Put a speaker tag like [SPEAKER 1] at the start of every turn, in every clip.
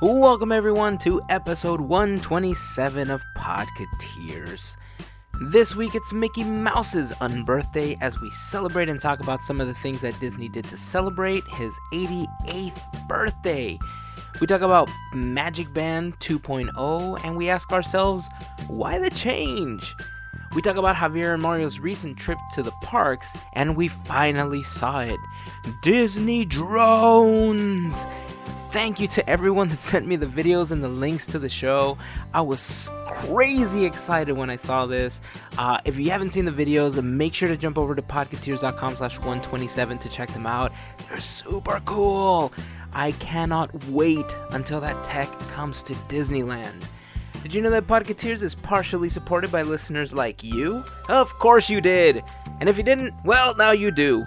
[SPEAKER 1] Welcome, everyone, to episode 127 of Podcateers. This week it's Mickey Mouse's unbirthday as we celebrate and talk about some of the things that Disney did to celebrate his 88th birthday. We talk about Magic Band 2.0 and we ask ourselves, why the change? We talk about Javier and Mario's recent trip to the parks and we finally saw it Disney Drones! Thank you to everyone that sent me the videos and the links to the show. I was crazy excited when I saw this. Uh, if you haven't seen the videos, make sure to jump over to podcateers.com slash 127 to check them out. They're super cool. I cannot wait until that tech comes to Disneyland. Did you know that Podcateers is partially supported by listeners like you? Of course you did! And if you didn't, well, now you do.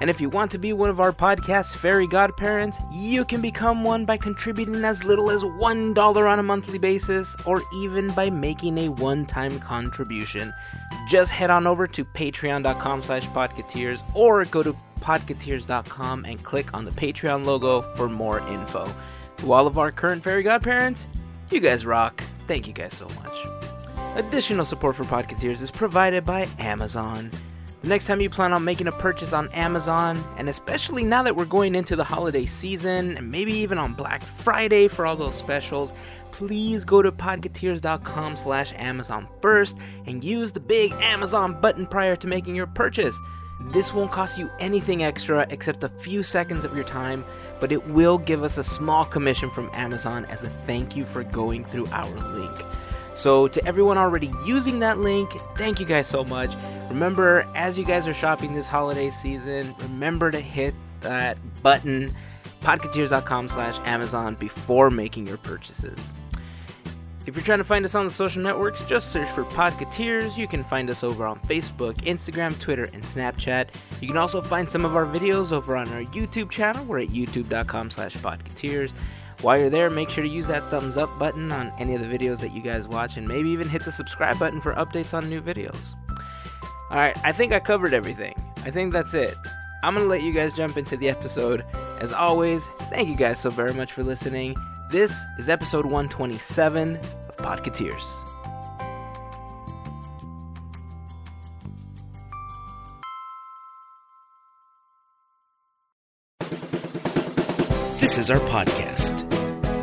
[SPEAKER 1] And if you want to be one of our podcast's fairy godparents, you can become one by contributing as little as $1 on a monthly basis, or even by making a one-time contribution. Just head on over to patreon.com slash podcateers, or go to podcateers.com and click on the Patreon logo for more info. To all of our current fairy godparents, you guys rock. Thank you guys so much. Additional support for Podcateers is provided by Amazon. The next time you plan on making a purchase on Amazon, and especially now that we're going into the holiday season, and maybe even on Black Friday for all those specials, please go to podcateers.com slash Amazon first and use the big Amazon button prior to making your purchase. This won't cost you anything extra except a few seconds of your time, but it will give us a small commission from Amazon as a thank you for going through our link. So, to everyone already using that link, thank you guys so much. Remember, as you guys are shopping this holiday season, remember to hit that button, podcateers.com slash Amazon, before making your purchases. If you're trying to find us on the social networks, just search for Podcateers. You can find us over on Facebook, Instagram, Twitter, and Snapchat. You can also find some of our videos over on our YouTube channel. We're at youtube.com slash podcateers. While you're there, make sure to use that thumbs up button on any of the videos that you guys watch, and maybe even hit the subscribe button for updates on new videos. All right, I think I covered everything. I think that's it. I'm going to let you guys jump into the episode. As always, thank you guys so very much for listening. This is episode 127 of Podcateers.
[SPEAKER 2] This is our podcast.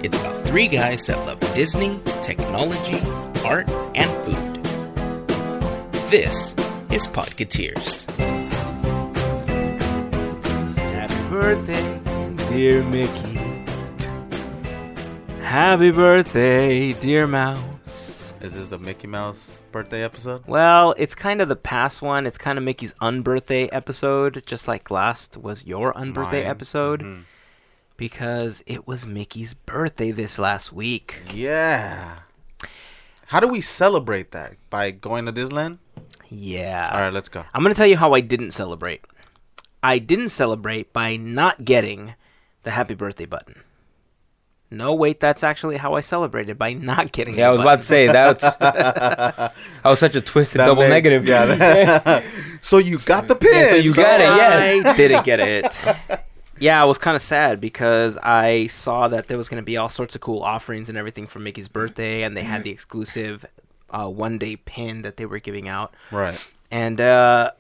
[SPEAKER 2] It's about three guys that love Disney, technology, art, and food. This is Podcateers.
[SPEAKER 1] Happy birthday, dear Mickey. Happy birthday, dear Mouse.
[SPEAKER 3] Is this the Mickey Mouse birthday episode?
[SPEAKER 1] Well, it's kind of the past one. It's kind of Mickey's unbirthday episode, just like last was your unbirthday
[SPEAKER 3] Mine.
[SPEAKER 1] episode,
[SPEAKER 3] Mhm.
[SPEAKER 1] because it was Mickey's birthday this last week.
[SPEAKER 3] Yeah. How do we celebrate that? By going to Disneyland?
[SPEAKER 1] Yeah.
[SPEAKER 3] All right, let's go.
[SPEAKER 1] I'm going to tell you how I didn't celebrate. I didn't celebrate by not getting the happy birthday button. No, wait, that's actually how I celebrated by not getting
[SPEAKER 4] Yeah, I
[SPEAKER 1] the
[SPEAKER 4] was
[SPEAKER 1] button.
[SPEAKER 4] about to say that's. I was such a twisted double
[SPEAKER 3] made-
[SPEAKER 4] negative.
[SPEAKER 3] yeah, So you got the pin.
[SPEAKER 4] Yeah, so you got it. Yes,
[SPEAKER 1] I didn't get it. Yeah, I was kind of sad because I saw that there was going to be all sorts of cool offerings and everything for Mickey's birthday, and they had the exclusive uh, one day pin that they were giving out.
[SPEAKER 3] Right.
[SPEAKER 1] And uh,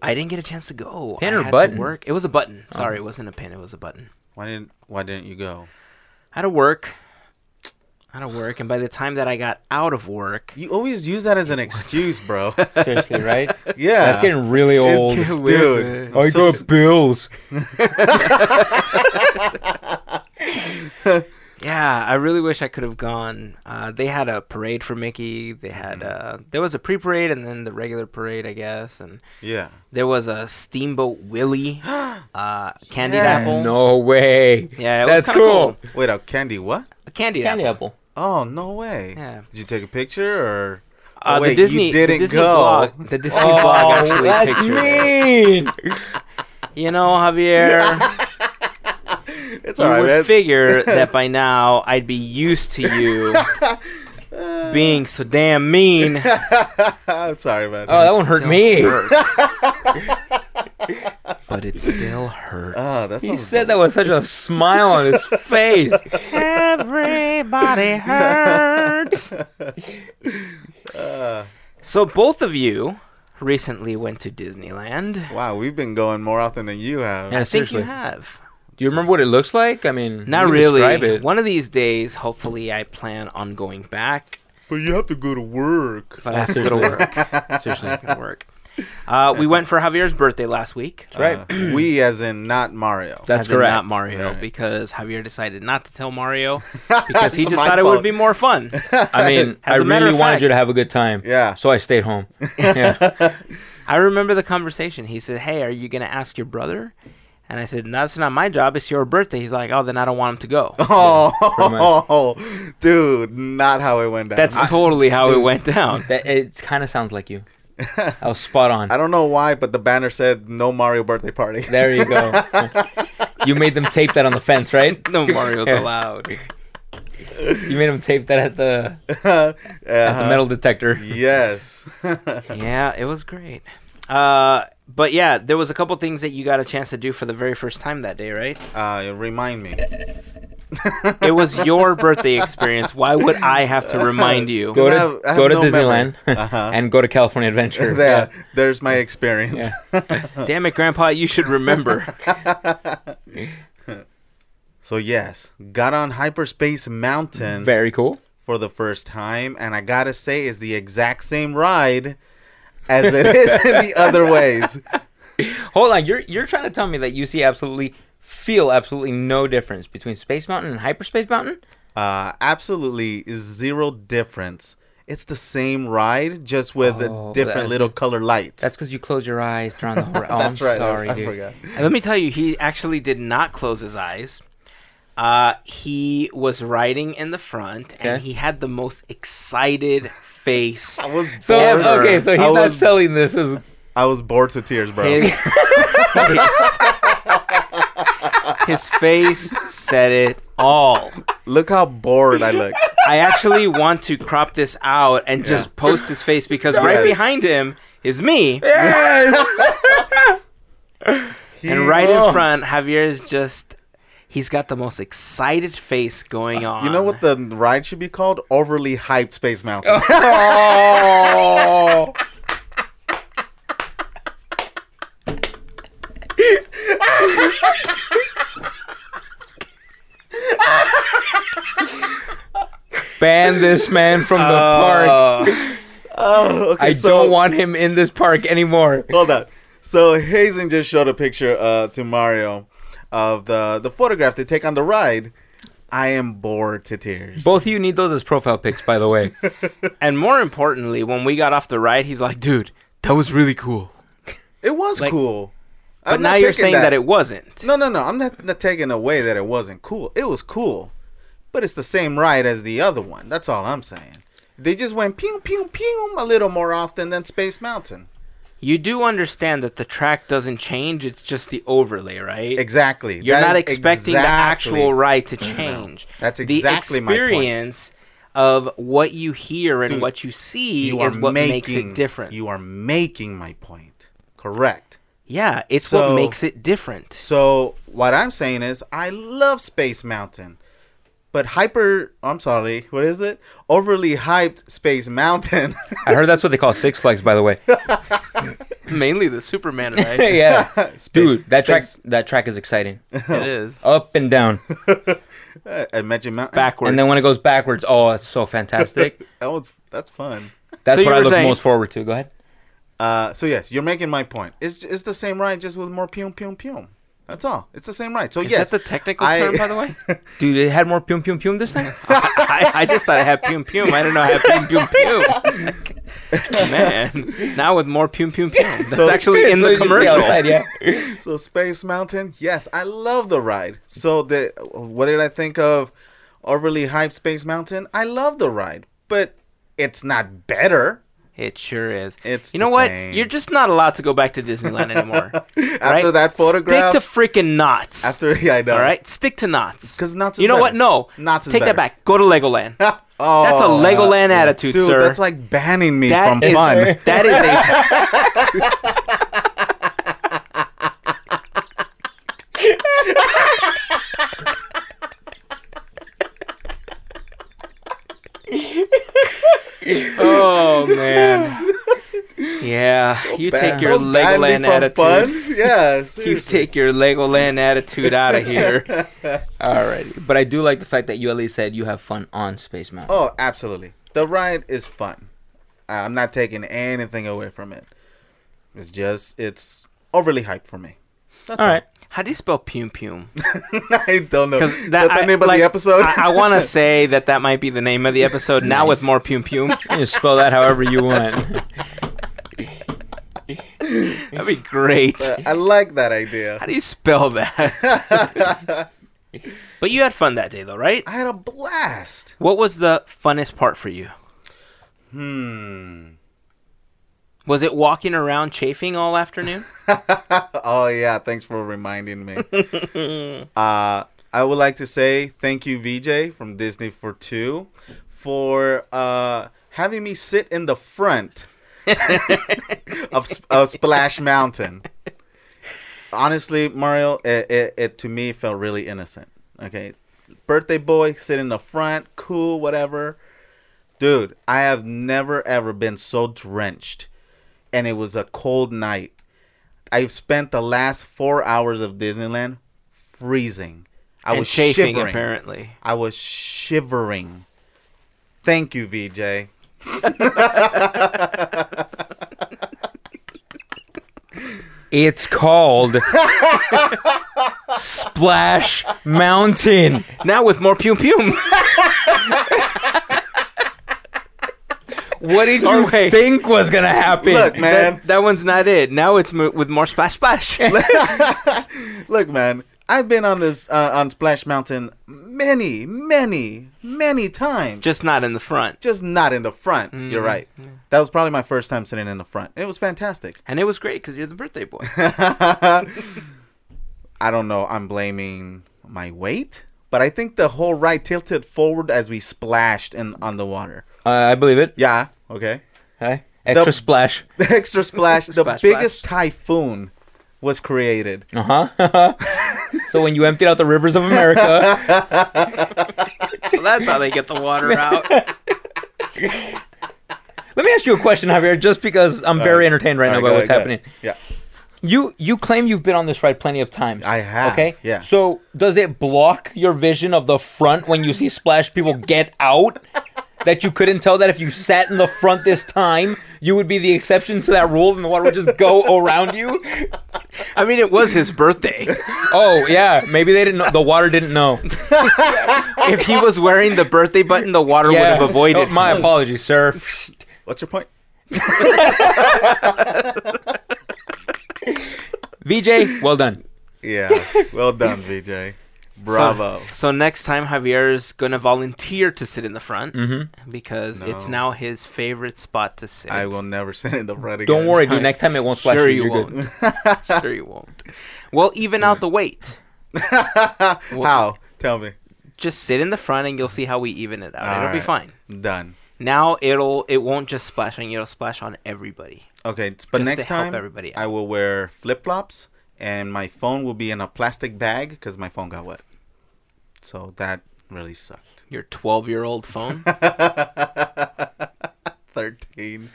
[SPEAKER 1] I didn't get a chance to go.
[SPEAKER 4] Pin
[SPEAKER 1] I
[SPEAKER 4] or
[SPEAKER 1] had to
[SPEAKER 4] button? Oh.
[SPEAKER 1] work. It was a button. Sorry, it wasn't a pin. It was a button.
[SPEAKER 3] Why didn't Why didn't you go?
[SPEAKER 1] I had to work. I had to work, and by the time that I got out of work,
[SPEAKER 3] You always use that as an excuse, bro.
[SPEAKER 4] seriously, right?
[SPEAKER 3] yeah.
[SPEAKER 4] That's getting really old.
[SPEAKER 3] It's- dude. I'm so s-
[SPEAKER 4] bills.
[SPEAKER 1] yeah, I really wish I could have gone. Uh, they had a parade for Mickey. They had
[SPEAKER 4] Mm-hmm.
[SPEAKER 1] uh, there was a pre-parade and then the regular parade, I guess, and
[SPEAKER 3] yeah.
[SPEAKER 1] there was a Steamboat Willie, uh, candied
[SPEAKER 3] Yes.
[SPEAKER 1] apple.
[SPEAKER 4] No way.
[SPEAKER 1] Yeah, it was
[SPEAKER 4] that's
[SPEAKER 1] kinda
[SPEAKER 4] cool.
[SPEAKER 3] Wait up, Candy. What?
[SPEAKER 1] A candied
[SPEAKER 4] Candy
[SPEAKER 1] apple.
[SPEAKER 4] apple.
[SPEAKER 3] Oh no way.
[SPEAKER 1] Yeah.
[SPEAKER 3] Did you take a picture or?
[SPEAKER 1] Uh,
[SPEAKER 3] Oh, wait,
[SPEAKER 1] the Disney,
[SPEAKER 3] You didn't
[SPEAKER 1] the Disney
[SPEAKER 3] go.
[SPEAKER 1] blog, the Disney
[SPEAKER 4] Oh,
[SPEAKER 1] blog actually
[SPEAKER 4] that's
[SPEAKER 1] pictured it.
[SPEAKER 4] mean.
[SPEAKER 1] You know, Javier.
[SPEAKER 3] It's
[SPEAKER 1] you
[SPEAKER 3] alright,
[SPEAKER 1] would
[SPEAKER 3] man.
[SPEAKER 1] figure that by now I'd be used to you being so damn mean.
[SPEAKER 3] I'm sorry, man.
[SPEAKER 4] Oh, that one hurt
[SPEAKER 1] Still
[SPEAKER 4] me.
[SPEAKER 1] but it still hurts.
[SPEAKER 3] Oh, that
[SPEAKER 4] He
[SPEAKER 3] sounds
[SPEAKER 4] said that with such a smile on his face.
[SPEAKER 1] Every Everybody hurts.
[SPEAKER 3] Ah.
[SPEAKER 1] so both of you recently went to Disneyland.
[SPEAKER 3] Wow, we've been going more often than you have.
[SPEAKER 4] Yeah,
[SPEAKER 1] I think
[SPEAKER 4] seriously.
[SPEAKER 1] you have.
[SPEAKER 4] Do you remember what it looks like? I mean,
[SPEAKER 1] Not
[SPEAKER 4] you can
[SPEAKER 1] really.
[SPEAKER 4] Describe it.
[SPEAKER 1] One of these days, hopefully, I plan on going back,
[SPEAKER 3] But you have to go to work.
[SPEAKER 1] but I have to go to work. Seriously, I have to work. Uh, we went for Javier's birthday last week.
[SPEAKER 3] right. Uh, we, as in not Mario.
[SPEAKER 4] That's
[SPEAKER 1] as in
[SPEAKER 4] correct.
[SPEAKER 1] Not Mario,
[SPEAKER 3] Right.
[SPEAKER 1] because Javier decided not to tell Mario because he
[SPEAKER 3] It's
[SPEAKER 1] just
[SPEAKER 3] my
[SPEAKER 1] thought it would
[SPEAKER 3] fault.
[SPEAKER 1] be more fun.
[SPEAKER 4] I mean, I
[SPEAKER 1] As a matter
[SPEAKER 4] really
[SPEAKER 1] of
[SPEAKER 4] wanted you
[SPEAKER 1] fact-
[SPEAKER 4] to have a good time.
[SPEAKER 3] Yeah.
[SPEAKER 4] So I stayed home. Yeah.
[SPEAKER 1] I remember the conversation. He said, "Hey, are you gonna ask your brother?" And I said, "No, that's not my job. It's your birthday." He's like, "Oh, then I don't want him to go."
[SPEAKER 3] Oh, dude, not how it went down.
[SPEAKER 1] That's
[SPEAKER 3] I,
[SPEAKER 1] totally how it
[SPEAKER 4] dude.
[SPEAKER 1] went down.
[SPEAKER 4] that, it kind of sounds like you. I was spot on.
[SPEAKER 3] I don't know why, but the banner said no Mario birthday party.
[SPEAKER 4] There you go. you made them tape that on the fence, right?
[SPEAKER 1] No Mario's
[SPEAKER 4] Yeah.
[SPEAKER 1] allowed.
[SPEAKER 4] You made them tape that at the at the
[SPEAKER 3] Uh-huh.
[SPEAKER 4] metal detector.
[SPEAKER 3] Yes.
[SPEAKER 1] Yeah, it was great. Uh, but yeah, there was a couple things that you got a chance to do for the very first time that day, right?
[SPEAKER 3] uh, remind me.
[SPEAKER 1] It was your birthday experience. Why would I have to remind you?
[SPEAKER 4] Go to
[SPEAKER 3] I have- I have
[SPEAKER 4] go to
[SPEAKER 3] no memory.
[SPEAKER 4] Disneyland
[SPEAKER 3] Uh-huh.
[SPEAKER 4] and go to California Adventure.
[SPEAKER 3] There, there's my experience.
[SPEAKER 1] Damn it, Grandpa! You should remember.
[SPEAKER 3] So yes, got on Hyperspace Mountain
[SPEAKER 4] Very cool.
[SPEAKER 3] for the first time, and I gotta say, it's the exact same ride as it is in the other ways.
[SPEAKER 4] Hold on, you're you're trying to tell me that you see absolutely feel absolutely no difference between Space Mountain and Hyperspace Mountain?
[SPEAKER 3] Uh, absolutely zero difference. It's the same ride, just with
[SPEAKER 4] Oh,
[SPEAKER 3] different
[SPEAKER 4] that-
[SPEAKER 3] little color lights.
[SPEAKER 4] That's because you close your eyes during the horizon. Oh,
[SPEAKER 3] That's
[SPEAKER 4] I'm
[SPEAKER 3] right. I-
[SPEAKER 4] sorry,
[SPEAKER 3] I,
[SPEAKER 4] dude.
[SPEAKER 3] forgot.
[SPEAKER 1] And let me tell you, he actually did not close his eyes. Uh, he was riding in the front, and
[SPEAKER 4] Okay.
[SPEAKER 1] he had the most excited face.
[SPEAKER 3] I was
[SPEAKER 4] So
[SPEAKER 3] bored.
[SPEAKER 4] okay, so he's
[SPEAKER 3] I
[SPEAKER 4] not
[SPEAKER 3] was,
[SPEAKER 4] selling this as
[SPEAKER 3] I was bored to tears, bro.
[SPEAKER 1] His, his face said it all.
[SPEAKER 3] Look how bored I look.
[SPEAKER 1] I actually want to crop this out and just post his face because right
[SPEAKER 3] Yes.
[SPEAKER 1] behind him is me,
[SPEAKER 4] yes.
[SPEAKER 1] and right
[SPEAKER 4] Oh.
[SPEAKER 1] in front, Javier is just. He's got the most excited face going on.
[SPEAKER 3] You know what the ride should be called? Overly hyped Space Mountain.
[SPEAKER 4] oh. Ban this man
[SPEAKER 1] Uh,
[SPEAKER 4] from the park.
[SPEAKER 1] Oh.
[SPEAKER 3] oh, okay,
[SPEAKER 4] I
[SPEAKER 3] so-
[SPEAKER 4] don't want him in this park anymore.
[SPEAKER 3] Hold on. So Hazen just showed a picture uh, to Mario of the the photograph they take on the ride. I am bored to tears.
[SPEAKER 4] Both of you need those as profile pics, by the way.
[SPEAKER 1] And more importantly, when we got off the ride, he's like, dude, that was really cool.
[SPEAKER 3] it was
[SPEAKER 1] like-
[SPEAKER 3] cool.
[SPEAKER 1] But now you're saying that. it wasn't.
[SPEAKER 3] No, no, no. I'm not, not taking away that it wasn't cool. It was cool, but it's the same ride as the other one. That's all I'm saying. They just went pew pew pew a little more often than Space Mountain.
[SPEAKER 1] You do understand that the track doesn't change, it's just the overlay, right?
[SPEAKER 3] Exactly.
[SPEAKER 1] You're
[SPEAKER 3] That
[SPEAKER 1] not
[SPEAKER 3] is
[SPEAKER 1] expecting the
[SPEAKER 3] exactly-
[SPEAKER 1] actual ride to change.
[SPEAKER 3] That's exactly
[SPEAKER 1] the
[SPEAKER 3] my point.
[SPEAKER 1] experience of what you hear and
[SPEAKER 3] Dude,
[SPEAKER 1] what you see
[SPEAKER 3] You
[SPEAKER 1] is
[SPEAKER 3] are
[SPEAKER 1] what
[SPEAKER 3] making
[SPEAKER 1] makes it different.
[SPEAKER 3] You are making my point. Correct.
[SPEAKER 1] yeah, it's
[SPEAKER 3] So-
[SPEAKER 1] what makes it different.
[SPEAKER 3] So what I'm saying is, I love Space Mountain, but hyper. I'm sorry. What is it? Overly hyped Space Mountain.
[SPEAKER 4] I heard that's what they call Six Flags, by the way.
[SPEAKER 1] Mainly the Superman ride.
[SPEAKER 4] yeah, dude, that track
[SPEAKER 3] space-
[SPEAKER 4] that track is exciting.
[SPEAKER 1] it is.
[SPEAKER 4] Up and down,
[SPEAKER 3] Uh, Imagine Mountain.
[SPEAKER 1] Backwards.
[SPEAKER 4] and then when it goes backwards, oh, it's so fantastic.
[SPEAKER 3] That was that's fun.
[SPEAKER 4] That's
[SPEAKER 1] So you
[SPEAKER 4] what I
[SPEAKER 1] were
[SPEAKER 4] look
[SPEAKER 1] saying-
[SPEAKER 4] most forward to. Go ahead.
[SPEAKER 3] Uh, so yes, you're making my point. It's it's the same ride, just with more pew pew pew. That's all. It's the same ride. So
[SPEAKER 1] Is
[SPEAKER 3] yes,
[SPEAKER 1] that the technical
[SPEAKER 3] I-
[SPEAKER 1] term, by the way?
[SPEAKER 4] Dude, it had more pium pium pium this time.
[SPEAKER 1] I, I just thought I had pum pum. I don't know I had pum pum pum. Man, now with more pum pum pum. That's
[SPEAKER 3] So-
[SPEAKER 1] actually in the
[SPEAKER 4] That's what you see
[SPEAKER 1] commercial.
[SPEAKER 4] outside, yeah.
[SPEAKER 3] So Space Mountain, yes, I love the ride. So the what did I think of overly hyped Space Mountain? I love the ride, but it's not better.
[SPEAKER 1] It sure is.
[SPEAKER 3] It's
[SPEAKER 1] you know
[SPEAKER 3] the
[SPEAKER 1] what?
[SPEAKER 3] same.
[SPEAKER 1] You're just not allowed to go back to Disneyland anymore.
[SPEAKER 3] After
[SPEAKER 1] right?
[SPEAKER 3] that photograph,
[SPEAKER 1] stick to freaking knots.
[SPEAKER 3] after yeah, I know.
[SPEAKER 1] all right, stick to knots.
[SPEAKER 3] 'Cause knots is
[SPEAKER 1] You know what?
[SPEAKER 3] better.
[SPEAKER 1] No,
[SPEAKER 3] Knots is
[SPEAKER 1] Take
[SPEAKER 3] better.
[SPEAKER 1] that back. Go to Legoland.
[SPEAKER 3] oh,
[SPEAKER 1] That's a Legoland attitude,
[SPEAKER 3] dude.
[SPEAKER 1] sir.
[SPEAKER 3] That's like banning me
[SPEAKER 1] That
[SPEAKER 3] from
[SPEAKER 1] is-
[SPEAKER 3] fun.
[SPEAKER 1] That is a.
[SPEAKER 4] Oh man. Yeah, you
[SPEAKER 3] Ban-
[SPEAKER 4] take your
[SPEAKER 3] don't ban me
[SPEAKER 4] Legoland
[SPEAKER 3] from
[SPEAKER 4] attitude.
[SPEAKER 3] Fun. Yeah,
[SPEAKER 4] You
[SPEAKER 3] seriously.
[SPEAKER 4] take your Legoland attitude out of here. Alrighty, but I do like the fact that you at least said you have fun on Space Mountain.
[SPEAKER 3] Oh, absolutely. The ride is fun. I- I'm not taking anything away from it. It's just it's overly hyped for me. That's
[SPEAKER 4] All right.
[SPEAKER 1] How do you spell pum pum?
[SPEAKER 3] I don't know.
[SPEAKER 1] Because
[SPEAKER 3] Is
[SPEAKER 1] that
[SPEAKER 3] that the
[SPEAKER 1] I,
[SPEAKER 3] name of
[SPEAKER 1] like,
[SPEAKER 3] the episode.
[SPEAKER 1] I, I want to say that that might be the name of the episode now with more pum pum.
[SPEAKER 4] You can spell that however you want.
[SPEAKER 1] That'd be great.
[SPEAKER 3] But Uh, I like that idea.
[SPEAKER 1] How do you spell that? but you had fun that day though, right?
[SPEAKER 3] I had a blast.
[SPEAKER 1] What was the funnest part for you?
[SPEAKER 3] Hmm.
[SPEAKER 1] Was it walking around chafing all afternoon?
[SPEAKER 3] Oh yeah, thanks for reminding me. uh, I would like to say thank you, VJ from Disney for Two, for uh, having me sit in the front of, S- of Splash Mountain. Honestly, Mario, it, it, it to me felt really innocent. Okay, birthday boy, sit in the front, cool, whatever. Dude, I have never ever been so drenched, and it was a cold night. I've spent the last four hours of Disneyland freezing. I
[SPEAKER 1] and
[SPEAKER 3] was
[SPEAKER 1] chafing
[SPEAKER 3] shivering.
[SPEAKER 1] apparently.
[SPEAKER 3] I was shivering. Thank you, VJ.
[SPEAKER 4] It's called Splash Mountain.
[SPEAKER 1] Now with more pum pum.
[SPEAKER 4] What did you
[SPEAKER 1] wait.
[SPEAKER 4] think was gonna happen?
[SPEAKER 3] Look, man.
[SPEAKER 1] that, that one's not it. Now it's mo- with more splash splash.
[SPEAKER 3] Look, man. I've been on this uh, on Splash Mountain many, many, many times.
[SPEAKER 1] Just not in the front.
[SPEAKER 3] Just not in the front. You're right. That was probably my first time sitting in the front. It was fantastic.
[SPEAKER 1] And it was great because you're the birthday boy.
[SPEAKER 3] I don't know. I'm blaming my weight, but I think the whole ride tilted forward as we splashed in on the water.
[SPEAKER 4] Uh, I believe it.
[SPEAKER 3] Yeah. Okay.
[SPEAKER 4] Hi. Extra
[SPEAKER 3] The-
[SPEAKER 4] splash.
[SPEAKER 3] The extra splash. the
[SPEAKER 1] Splash,
[SPEAKER 3] biggest typhoon was created.
[SPEAKER 4] Uh huh. so when you emptied out the rivers of America,
[SPEAKER 1] so that's how they get the water out.
[SPEAKER 4] let me ask you a question, Javier. Just because I'm very entertained right now
[SPEAKER 3] Alright,
[SPEAKER 4] by
[SPEAKER 3] go
[SPEAKER 4] what's
[SPEAKER 3] ahead, go
[SPEAKER 4] happening,
[SPEAKER 3] ahead. Yeah.
[SPEAKER 4] you you claim you've been on this ride plenty of times.
[SPEAKER 3] I have,
[SPEAKER 4] Okay.
[SPEAKER 3] yeah.
[SPEAKER 4] So does it block your vision of the front when you see splash people get out? That you couldn't tell that if you sat in the front this time, you would be the exception to that rule, and the water would just go around you.
[SPEAKER 1] I mean, it was his birthday.
[SPEAKER 4] Oh yeah, maybe they didn't. know. The water didn't know.
[SPEAKER 1] If he was wearing the birthday button, the water
[SPEAKER 4] Yeah.
[SPEAKER 1] would have avoided.
[SPEAKER 4] Oh, my
[SPEAKER 1] him.
[SPEAKER 4] apologies, sir.
[SPEAKER 3] What's your point?
[SPEAKER 4] VJ, well done.
[SPEAKER 3] Yeah. Well done, VJ. Bravo.
[SPEAKER 1] So next time Javier is gonna volunteer to sit in the front
[SPEAKER 4] Mm-hmm.
[SPEAKER 1] because it's now
[SPEAKER 3] No.
[SPEAKER 1] his favorite spot to sit.
[SPEAKER 3] I will never sit in the front again.
[SPEAKER 4] Don't worry, dude. Next time it won't splash
[SPEAKER 1] Sure
[SPEAKER 4] you.
[SPEAKER 1] you
[SPEAKER 4] You're good.
[SPEAKER 1] won't. sure you won't. Well, even out the weight.
[SPEAKER 3] How? Tell me.
[SPEAKER 1] Just sit in the front and you'll see how we even it out.
[SPEAKER 3] All
[SPEAKER 1] it'll be
[SPEAKER 3] right.
[SPEAKER 1] fine.
[SPEAKER 3] Done.
[SPEAKER 1] Now it'll it won't just splash on you, it'll splash on everybody.
[SPEAKER 3] Okay, t- but
[SPEAKER 1] Just
[SPEAKER 3] next
[SPEAKER 1] to help
[SPEAKER 3] time
[SPEAKER 1] everybody out.
[SPEAKER 3] I will wear flip flops and my phone will be in a plastic bag because my phone got wet. So that really sucked.
[SPEAKER 1] Your twelve year old phone.
[SPEAKER 3] 13.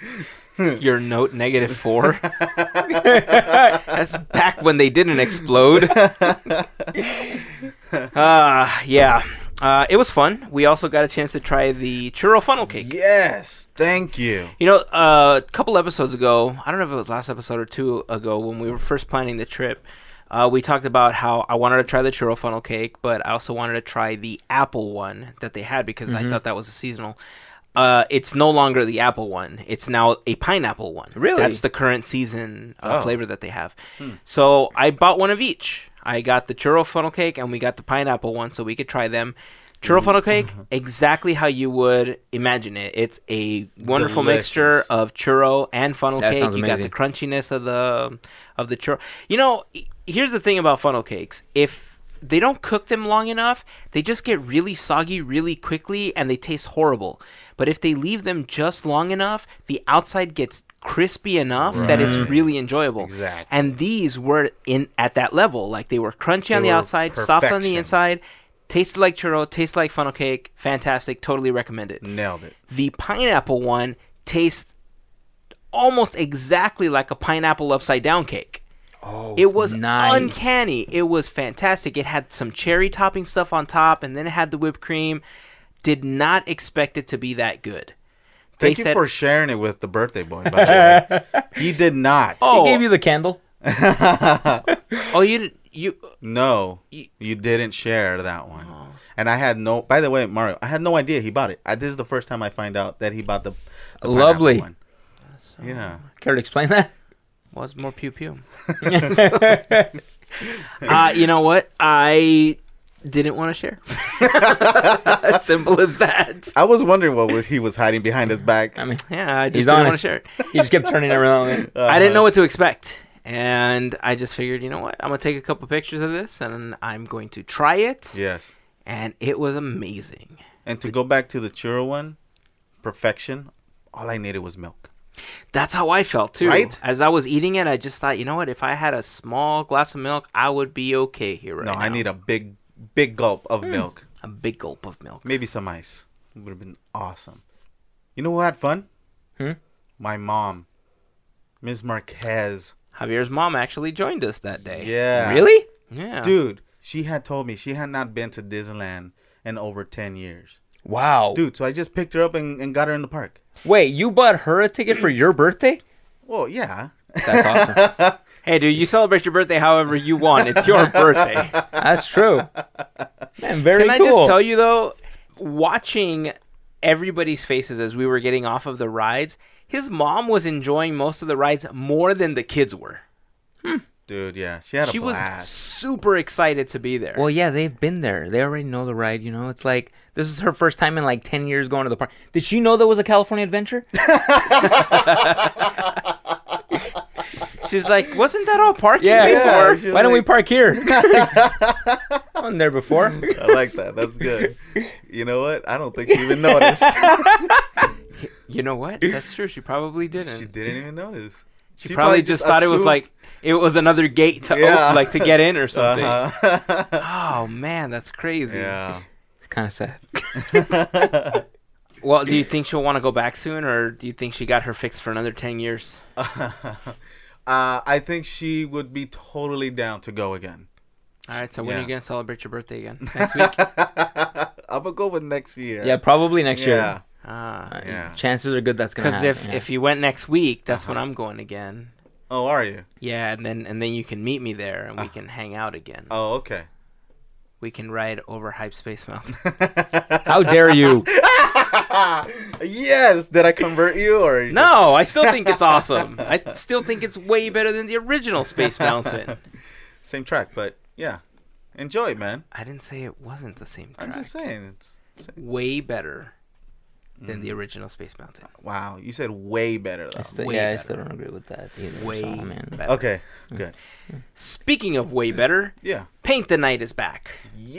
[SPEAKER 1] your note negative four. That's back when they didn't explode. Ah, yeah. Uh, it was fun. We also got a chance to try the churro funnel cake.
[SPEAKER 3] Yes, thank you.
[SPEAKER 1] You know, uh, a couple episodes ago, I don't know if it was last episode or two ago, when we were first planning the trip, uh, we talked about how I wanted to try the churro funnel cake, but I also wanted to try the apple one that they had because I thought that was a seasonal. Uh, it's no longer the apple one; it's now a pineapple one.
[SPEAKER 4] Really?
[SPEAKER 1] that's the current season uh,
[SPEAKER 3] Oh.
[SPEAKER 1] flavor that they have. So I bought one of each. I got the churro funnel cake and we got the pineapple one, so we could try them. Churro funnel cake, exactly how you would imagine it. It's a wonderful mixture
[SPEAKER 3] Delicious.
[SPEAKER 1] of churro and funnel
[SPEAKER 4] That
[SPEAKER 1] cake.
[SPEAKER 4] sounds
[SPEAKER 1] You got the
[SPEAKER 4] amazing.
[SPEAKER 1] crunchiness of the of the churro. You know, e- here's the thing about funnel cakes: if they don't cook them long enough, they just get really soggy really quickly, and they taste horrible. But if they leave them just long enough, the outside gets crispy enough that it's really enjoyable.
[SPEAKER 3] Exactly.
[SPEAKER 1] And these were in at that level, like they were crunchy on the
[SPEAKER 3] were
[SPEAKER 1] outside, soft on the
[SPEAKER 3] perfection.
[SPEAKER 1] inside, Tasted like churro, tastes like funnel cake, fantastic, totally recommend it.
[SPEAKER 3] Nailed it.
[SPEAKER 1] The pineapple one tastes almost exactly like a pineapple upside down cake.
[SPEAKER 4] Oh,
[SPEAKER 1] It was
[SPEAKER 4] nice.
[SPEAKER 1] uncanny. It was fantastic. It had some cherry topping stuff on top, and then it had the whipped cream. Did not expect it to be that good. They
[SPEAKER 3] Thank you
[SPEAKER 1] said-
[SPEAKER 3] for sharing it with the birthday boy. By the way, he did not.
[SPEAKER 1] Oh.
[SPEAKER 4] He gave you the candle.
[SPEAKER 1] Oh, you didn't- you
[SPEAKER 3] No, you didn't share that one. And I had no. By the way, Mario, I had no idea he bought it. I, this is the first time I find out that he bought the, the pineapple
[SPEAKER 4] Lovely.
[SPEAKER 3] one. Yeah.
[SPEAKER 4] Care to explain that?
[SPEAKER 1] was more pew pew. uh, you know what? I didn't want to share. Simple as that.
[SPEAKER 3] I was wondering what was he was hiding behind his back.
[SPEAKER 4] I mean,
[SPEAKER 1] Yeah, I just
[SPEAKER 4] He's
[SPEAKER 1] didn't want to share.
[SPEAKER 4] honest.
[SPEAKER 1] it.
[SPEAKER 4] he just kept turning every now and then.
[SPEAKER 1] I
[SPEAKER 3] Uh-huh.
[SPEAKER 1] didn't know what to expect. And I just figured, you know what? I'm going to take a couple pictures of this and I'm going to try it.
[SPEAKER 3] Yes.
[SPEAKER 1] And it was amazing.
[SPEAKER 3] And to go back to the churro one, perfection. All I needed was milk.
[SPEAKER 1] That's how I felt too.
[SPEAKER 3] Right?
[SPEAKER 1] As I was eating it, I just thought, you know what? If I had a small glass of milk, I would be okay here right
[SPEAKER 3] No,
[SPEAKER 1] now.
[SPEAKER 3] I need a big, big gulp of
[SPEAKER 4] Hmm.
[SPEAKER 3] milk.
[SPEAKER 1] a big gulp of milk.
[SPEAKER 3] Maybe some ice. Would have been awesome. You know who had fun?
[SPEAKER 4] Hmm?
[SPEAKER 3] My mom, Ms. Marquez.
[SPEAKER 1] Javier's mom actually joined us that day.
[SPEAKER 3] Yeah.
[SPEAKER 4] Really?
[SPEAKER 1] Yeah.
[SPEAKER 3] Dude, she had told me she had not been to Disneyland in over 10 years.
[SPEAKER 4] Wow.
[SPEAKER 3] Dude, so I just picked her up and, and got her in the park.
[SPEAKER 4] Wait, you bought her a ticket for your birthday?
[SPEAKER 3] Well, yeah.
[SPEAKER 4] That's awesome.
[SPEAKER 1] Hey, dude, you celebrate your birthday however you want. It's your birthday.
[SPEAKER 4] That's true. Man, very
[SPEAKER 1] Can I
[SPEAKER 4] cool.
[SPEAKER 1] just tell you, though, watching everybody's faces as we were getting off of the rides, his mom was enjoying most of the rides more than the kids were.
[SPEAKER 3] Dude, yeah. She had a
[SPEAKER 1] She was
[SPEAKER 3] blast.
[SPEAKER 1] super excited to be there.
[SPEAKER 4] Well, yeah, they've been there. They already know the ride. You know, it's like this is her first time in like ten years going to the park. Did she know there was a California Adventure?
[SPEAKER 1] She's like, wasn't that all parking
[SPEAKER 4] Yeah.
[SPEAKER 1] before?
[SPEAKER 3] she was
[SPEAKER 4] Why don't we
[SPEAKER 3] like-
[SPEAKER 4] park here? I wasn't there before.
[SPEAKER 3] I like that. That's good. You know what? I don't think she even noticed.
[SPEAKER 1] You know what? That's true. She probably didn't.
[SPEAKER 3] she
[SPEAKER 1] She,
[SPEAKER 3] didn't even notice. She,
[SPEAKER 1] probably, just, thought it was
[SPEAKER 3] assumed-
[SPEAKER 1] like it was another gate to
[SPEAKER 3] Yeah.
[SPEAKER 1] op- like to get in or something.
[SPEAKER 3] Uh-huh.
[SPEAKER 1] Oh man, that's crazy.
[SPEAKER 3] yeah.
[SPEAKER 4] It's kind of sad.
[SPEAKER 1] Well, do you think she'll want to go back soon, or do you think she got her fix for another ten years?
[SPEAKER 3] Uh, I think she would be totally down to go again.
[SPEAKER 1] All right. So when are you
[SPEAKER 3] Yeah.
[SPEAKER 1] gonna celebrate your birthday again? Next week.
[SPEAKER 3] I'm gonna go with next year.
[SPEAKER 4] Yeah, probably next
[SPEAKER 3] Yeah.
[SPEAKER 4] year. Uh,
[SPEAKER 1] Because
[SPEAKER 3] Yeah.
[SPEAKER 4] Chances are good that's gonna happen.
[SPEAKER 1] if
[SPEAKER 4] yeah.
[SPEAKER 1] if you went next week, that's
[SPEAKER 3] Uh-huh.
[SPEAKER 1] when I'm going again.
[SPEAKER 3] Oh, are you?
[SPEAKER 1] Yeah, and then and then you can meet me there, and
[SPEAKER 3] Uh.
[SPEAKER 1] we can hang out again.
[SPEAKER 3] Oh, okay.
[SPEAKER 1] We can ride over Hype Space Mountain.
[SPEAKER 4] how dare you?
[SPEAKER 3] Yes. Did I convert you or you just-
[SPEAKER 1] No, I still think it's awesome. I still think it's way better than the original Space Mountain.
[SPEAKER 3] same track? But yeah, enjoy, man.
[SPEAKER 1] I didn't say it wasn't the same
[SPEAKER 3] I'm
[SPEAKER 1] track.
[SPEAKER 3] just saying. It's, it's-
[SPEAKER 1] Way better than
[SPEAKER 3] Mm.
[SPEAKER 1] the original Space Mountain.
[SPEAKER 3] wow, you said way better though.
[SPEAKER 4] Still-
[SPEAKER 1] way
[SPEAKER 4] yeah, I
[SPEAKER 1] better.
[SPEAKER 4] still don't agree with that either.
[SPEAKER 1] Way
[SPEAKER 4] so, I mean,
[SPEAKER 1] better. Mm.
[SPEAKER 3] Okay. Good.
[SPEAKER 1] Speaking of way better,
[SPEAKER 3] Yeah.
[SPEAKER 1] Paint the Night is back,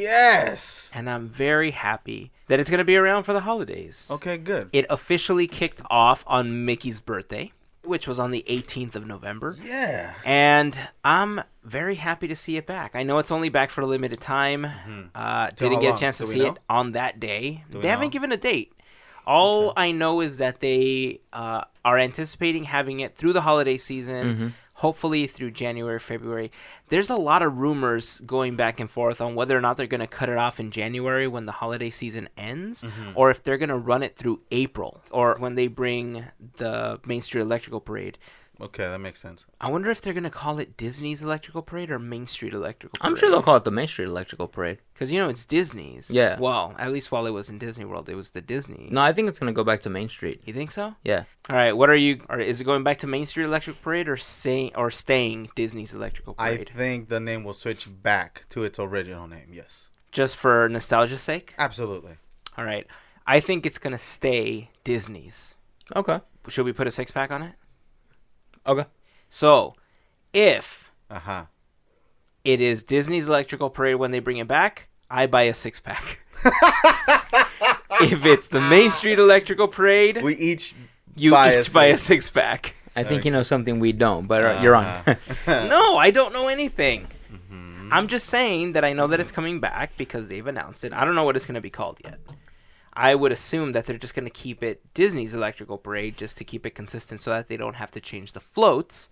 [SPEAKER 3] Yes.
[SPEAKER 1] and I'm very happy that it's going to be around for the holidays.
[SPEAKER 3] Okay. Good.
[SPEAKER 1] It officially kicked off on Mickey's birthday, which was on the 18th of November.
[SPEAKER 3] Yeah.
[SPEAKER 1] And I'm very happy to see it back. I know it's only back for a limited time. Uh, didn't
[SPEAKER 3] Mm-hmm. how
[SPEAKER 1] get a
[SPEAKER 3] long?
[SPEAKER 1] chance to
[SPEAKER 3] Do we
[SPEAKER 1] see
[SPEAKER 3] know?
[SPEAKER 1] it on that day.
[SPEAKER 3] we
[SPEAKER 1] they haven't
[SPEAKER 3] know?
[SPEAKER 1] given a date. All I know is that they uh, are anticipating having it through the holiday season,
[SPEAKER 3] Mm-hmm.
[SPEAKER 1] hopefully through January, February. There's a lot of rumors going back and forth on whether or not they're going to cut it off in January when the holiday season ends,
[SPEAKER 3] Mm-hmm.
[SPEAKER 1] or if they're going to run it through April or when they bring the Main Street Electrical Parade.
[SPEAKER 3] Okay, that makes sense.
[SPEAKER 1] I wonder if they're gonna call it Disney's Electrical Parade or Main Street Electrical Parade.
[SPEAKER 4] I'm sure they'll call it the Main Street Electrical Parade.
[SPEAKER 1] because you know it's Disney's.
[SPEAKER 4] Yeah.
[SPEAKER 1] Well, at least while it was in Disney World, it was the Disney.
[SPEAKER 4] No, I think it's gonna go back to Main Street.
[SPEAKER 1] You think so?
[SPEAKER 4] Yeah.
[SPEAKER 1] All right. What are you? Or is it going back to Main Street Electrical Parade or saying or staying Disney's Electrical
[SPEAKER 3] I
[SPEAKER 1] Parade
[SPEAKER 3] think the name will switch back to its original name. Yes.
[SPEAKER 1] just for nostalgia's sake?
[SPEAKER 3] Absolutely.
[SPEAKER 1] All right. I think it's gonna stay Disney's.
[SPEAKER 4] Okay.
[SPEAKER 1] Should we put a six pack on it?
[SPEAKER 4] Okay.
[SPEAKER 1] So, if
[SPEAKER 3] Uh huh.
[SPEAKER 1] it is Disney's Electrical Parade when they bring it back, I buy a six pack. if it's the Main Street Electrical Parade,
[SPEAKER 3] We each
[SPEAKER 1] you
[SPEAKER 3] buy
[SPEAKER 1] each buy a six pack.
[SPEAKER 3] Uh-huh.
[SPEAKER 4] I think you know something we don't, but uh, you're on.
[SPEAKER 1] no, I don't know anything.
[SPEAKER 3] Mm-hmm.
[SPEAKER 1] I'm just saying that I know that it's coming back because they've announced it. I don't know what it's going to be called yet. I would assume that they're just going to keep it Disney's Electrical Parade just to keep it consistent so that they don't have to change the floats.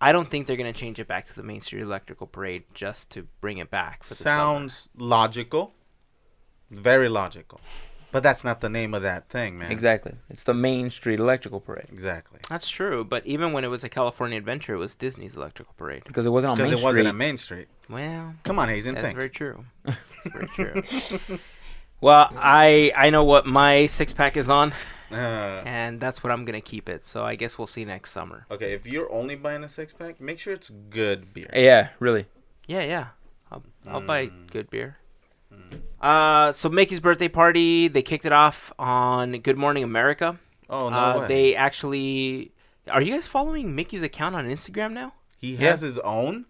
[SPEAKER 1] I don't think they're going to change it back to the Main Street Electrical Parade just to bring it back. For the summer.
[SPEAKER 3] Sounds logical. Very logical. But that's not the name of that thing, man.
[SPEAKER 4] Exactly. It's the Main Street Electrical Parade
[SPEAKER 3] Exactly.
[SPEAKER 1] That's true, but even when it was a California Adventure, it was Disney's Electrical Parade.
[SPEAKER 4] because it wasn't on
[SPEAKER 3] Because
[SPEAKER 4] Main
[SPEAKER 3] it wasn't
[SPEAKER 4] Street.
[SPEAKER 3] a Main Street.
[SPEAKER 1] Well,
[SPEAKER 3] Come on, Hazen.
[SPEAKER 1] That's
[SPEAKER 3] Think.
[SPEAKER 1] very true. That's very true. well, I I know what my six pack is on,
[SPEAKER 3] Uh,
[SPEAKER 1] and that's what I'm gonna keep it. So I guess we'll see next summer.
[SPEAKER 3] okay, if you're only buying a six pack, make sure it's good beer.
[SPEAKER 4] yeah, really.
[SPEAKER 1] Yeah, yeah. I'll, I'll buy
[SPEAKER 3] Mm.
[SPEAKER 1] good beer. Uh, so Mickey's birthday party they kicked it off on Good Morning America.
[SPEAKER 3] Oh no
[SPEAKER 1] uh,
[SPEAKER 3] way.
[SPEAKER 1] They actually are you guys following Mickey's account on Instagram now?
[SPEAKER 3] he has his own.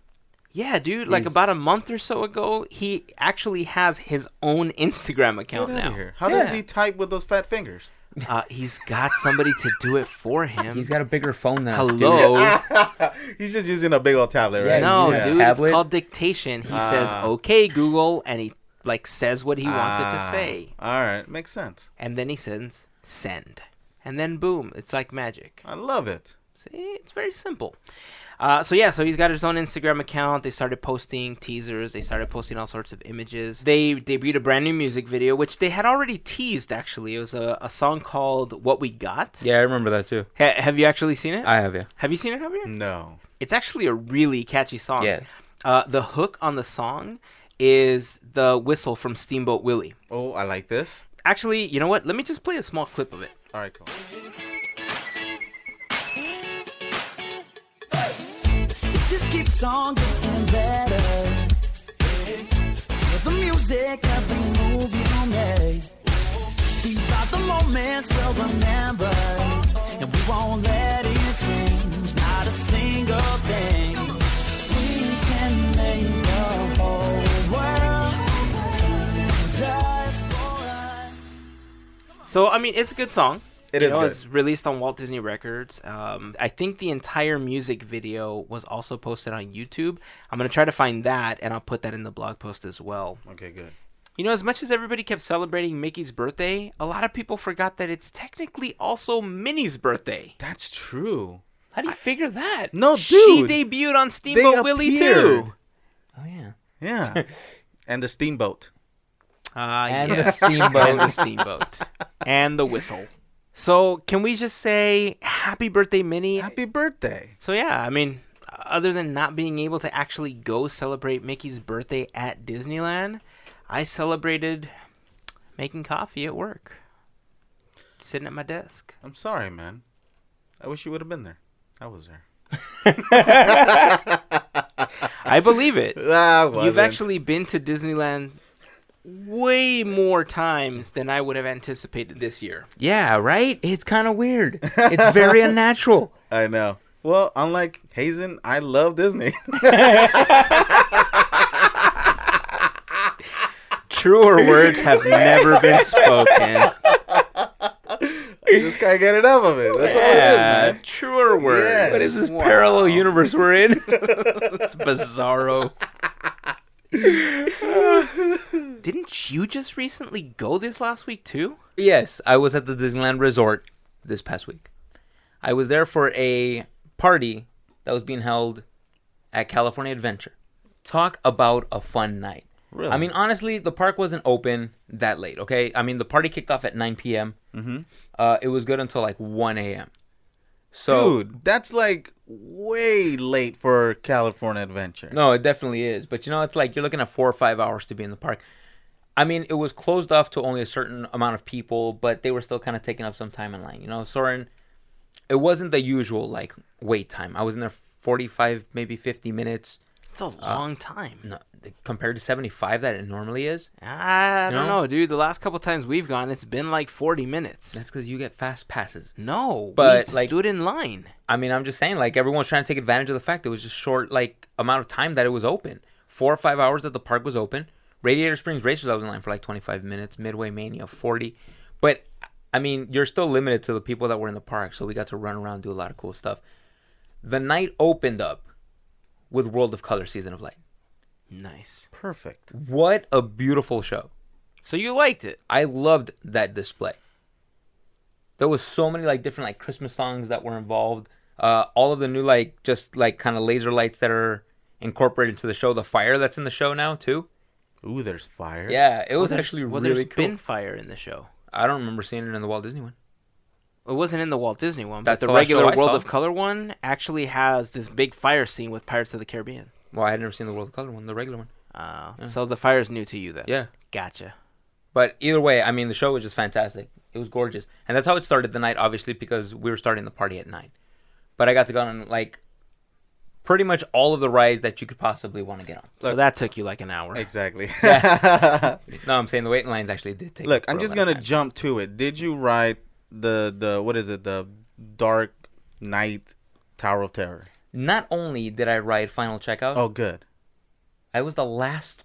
[SPEAKER 1] Yeah, dude. Like about a month or so ago, he actually has his own Instagram account
[SPEAKER 3] Get outta
[SPEAKER 1] now.
[SPEAKER 3] here. How does he type with those fat fingers?
[SPEAKER 1] Uh, he's got somebody to do it for him.
[SPEAKER 4] He's got a bigger phone than us, dude.
[SPEAKER 1] Hello.
[SPEAKER 3] He's just using a big old tablet,
[SPEAKER 4] Yeah,
[SPEAKER 3] right?
[SPEAKER 1] no,
[SPEAKER 4] Yeah.
[SPEAKER 1] dude,
[SPEAKER 4] Tablet?
[SPEAKER 1] it's called dictation. He says,
[SPEAKER 3] Ah.
[SPEAKER 1] "Okay, Google," and he like says what he wants it to
[SPEAKER 3] Ah,
[SPEAKER 1] say,
[SPEAKER 3] All right, makes sense.
[SPEAKER 1] and then he sends send, and then boom, it's like magic.
[SPEAKER 3] I love it.
[SPEAKER 1] See, it's very simple. Uh, so yeah, so he's got his own Instagram account. They started posting teasers. They started posting all sorts of images. They debuted a brand new music video, which they had already teased. Actually, it was a, a song called "What We Got."
[SPEAKER 4] Yeah, I remember that too.
[SPEAKER 1] Ha- have you actually seen it?
[SPEAKER 4] I have, yeah.
[SPEAKER 1] have you seen it, Javier?
[SPEAKER 3] No.
[SPEAKER 1] It's actually a really catchy song.
[SPEAKER 4] Yeah.
[SPEAKER 1] Uh, the hook on the song is the whistle from Steamboat Willie.
[SPEAKER 3] Oh, I like this.
[SPEAKER 1] Actually, you know what? Let me just play a small clip of it.
[SPEAKER 3] All right, cool.
[SPEAKER 5] just keeps on getting better. Feel the music, every move you make. These are the moments we'll remember, and we won't let it change. Not a single thing. We can make the whole world turn just for us.
[SPEAKER 1] So, I mean, it's a good song.
[SPEAKER 3] It
[SPEAKER 1] It is.
[SPEAKER 3] is good.
[SPEAKER 1] It's released on Walt Disney Records. Um, I think the entire music video was also posted on YouTube. I'm gonna try to find that, and I'll put that in the blog post as well.
[SPEAKER 3] Okay, good.
[SPEAKER 1] You know, as much as everybody kept celebrating Mickey's birthday, a lot of people forgot that it's technically also Minnie's birthday.
[SPEAKER 3] That's true.
[SPEAKER 4] How do you figure that?
[SPEAKER 3] No, Oh, dude.
[SPEAKER 1] she debuted on Steamboat Willie
[SPEAKER 3] appeared.
[SPEAKER 1] too.
[SPEAKER 4] Oh, yeah.
[SPEAKER 3] yeah. and the steamboat.
[SPEAKER 1] Uh,
[SPEAKER 4] And
[SPEAKER 1] yes.
[SPEAKER 4] the steamboat.
[SPEAKER 1] and the steamboat and the whistle. So can we just say happy birthday, Minnie?
[SPEAKER 3] Happy birthday.
[SPEAKER 1] So yeah, I mean, other than not being able to actually go celebrate Mickey's birthday at Disneyland, I celebrated making coffee at work, sitting at my desk.
[SPEAKER 3] I'm sorry, man. I wish you would have been there. I was there.
[SPEAKER 1] I believe it.
[SPEAKER 3] Ah,
[SPEAKER 1] You've actually been to Disneyland way more times than I would have anticipated this year.
[SPEAKER 4] Yeah, right? It's kind of weird. It's very unnatural.
[SPEAKER 3] I know. Well, unlike Hazen, I love Disney.
[SPEAKER 1] Truer words have never been spoken.
[SPEAKER 3] Just gotta get it out of it. That's all it is, man.
[SPEAKER 1] truer words.
[SPEAKER 3] Yes.
[SPEAKER 4] What is this parallel universe we're in?
[SPEAKER 1] It's bizarro. Didn't you just recently go this last week too?
[SPEAKER 4] yes, I was at the Disneyland Resort this past week. I was there for a party that was being held at California Adventure. Talk about a fun night.
[SPEAKER 3] Really?
[SPEAKER 4] I mean, honestly, the park wasn't open that late, okay? I mean, the party kicked off at 9 p.m. Mm-hmm. Uh, it was good until like 1 a.m. So,
[SPEAKER 3] Dude, that's like way late for California Adventure.
[SPEAKER 4] No, it definitely is. But you know, it's like you're looking at four or five hours to be in the park. I mean, it was closed off to only a certain amount of people, but they were still kind of taking up some time in line. You know, Soren, it wasn't the usual like wait time. I was in there 45, maybe 50 minutes
[SPEAKER 1] It's a long time.
[SPEAKER 4] no, compared to 75 that it normally is.
[SPEAKER 1] I don't
[SPEAKER 4] No?
[SPEAKER 1] know, dude. The last couple times we've gone, it's been like 40 minutes.
[SPEAKER 4] That's because you get fast passes.
[SPEAKER 1] No,
[SPEAKER 4] But,
[SPEAKER 1] we
[SPEAKER 4] like-
[SPEAKER 1] stood in line.
[SPEAKER 4] I mean, I'm just saying, like everyone's trying to take advantage of the fact it was just short, like amount of time that it was open. Four or five hours that the park was open. Radiator Springs Racers, I was in line for like 25 minutes. Midway Mania, 40. But I mean, you're still limited to the people that were in the park, so we got to run around, do a lot of cool stuff. The night opened up with World of Color Season of Light.
[SPEAKER 1] Nice.
[SPEAKER 3] Perfect.
[SPEAKER 4] What a beautiful show.
[SPEAKER 1] So you liked it.
[SPEAKER 4] I loved that display. There was so many like different like Christmas songs that were involved. Uh, all of the new like just like kind of laser lights that are incorporated into the show. The fire that's in the show now too.
[SPEAKER 3] Ooh, there's fire.
[SPEAKER 4] Yeah, it was
[SPEAKER 1] there's-
[SPEAKER 4] actually
[SPEAKER 1] well,
[SPEAKER 4] really
[SPEAKER 1] there's
[SPEAKER 4] cool.
[SPEAKER 1] been fire in the show.
[SPEAKER 4] I don't remember seeing it in the Walt Disney one.
[SPEAKER 1] It wasn't in the Walt Disney one,
[SPEAKER 4] That's
[SPEAKER 1] but
[SPEAKER 4] the
[SPEAKER 1] the
[SPEAKER 4] last show
[SPEAKER 1] regular
[SPEAKER 4] I
[SPEAKER 1] World
[SPEAKER 4] saw.
[SPEAKER 1] of Color one actually has this big fire scene with Pirates of the Caribbean.
[SPEAKER 4] Well, I had never seen the World Color one, the regular one.
[SPEAKER 1] Uh, So the fire's new to you then.
[SPEAKER 4] Yeah.
[SPEAKER 1] Gotcha.
[SPEAKER 4] But either way, I mean, the show was just fantastic. It was gorgeous, and that's how it started the night. Obviously, because we were starting the party at nine. But I got to go on like pretty much all of the rides that you could possibly want to get on.
[SPEAKER 1] so that took you like an hour.
[SPEAKER 3] Exactly.
[SPEAKER 4] No, I'm saying the waiting lines actually did take.
[SPEAKER 3] Look,
[SPEAKER 4] for
[SPEAKER 3] I'm
[SPEAKER 4] a
[SPEAKER 3] just
[SPEAKER 4] long
[SPEAKER 3] gonna
[SPEAKER 4] time.
[SPEAKER 3] jump to it. Did you ride the the what is it? The Dark Knight Tower of Terror.
[SPEAKER 4] Not only did I ride Final Checkout,
[SPEAKER 3] Oh, good.
[SPEAKER 4] I was the last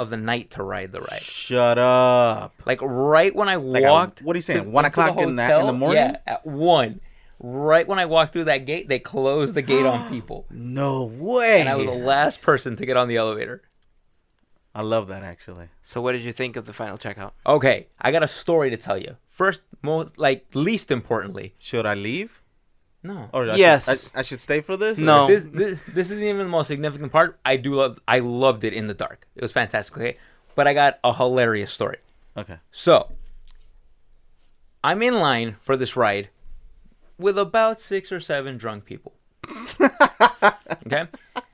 [SPEAKER 4] of the night to ride the ride.
[SPEAKER 3] Shut up.
[SPEAKER 4] Like right when I
[SPEAKER 3] a-
[SPEAKER 4] walked.
[SPEAKER 3] uh, what are you saying,
[SPEAKER 4] to-
[SPEAKER 3] one
[SPEAKER 4] into the
[SPEAKER 3] o'clock in the- in the morning?
[SPEAKER 4] Yeah, at one. Right when I walked through that gate, they closed the gate on people,
[SPEAKER 3] No way.
[SPEAKER 4] and I was the last person to get on the elevator.
[SPEAKER 3] I love that actually.
[SPEAKER 1] So what did you think of the final checkout?
[SPEAKER 4] Okay, I got a story to tell you. First, most like least importantly,
[SPEAKER 3] Should I leave?
[SPEAKER 4] no.
[SPEAKER 3] Or I should-
[SPEAKER 1] Yes.
[SPEAKER 3] I, I should stay for this. or-
[SPEAKER 1] No.
[SPEAKER 4] This this this isn't even the most significant part. I do love I loved it in the dark. It was fantastic. Okay, but I got a hilarious story.
[SPEAKER 3] Okay.
[SPEAKER 4] So I'm in line for this ride with about six or seven drunk people. okay,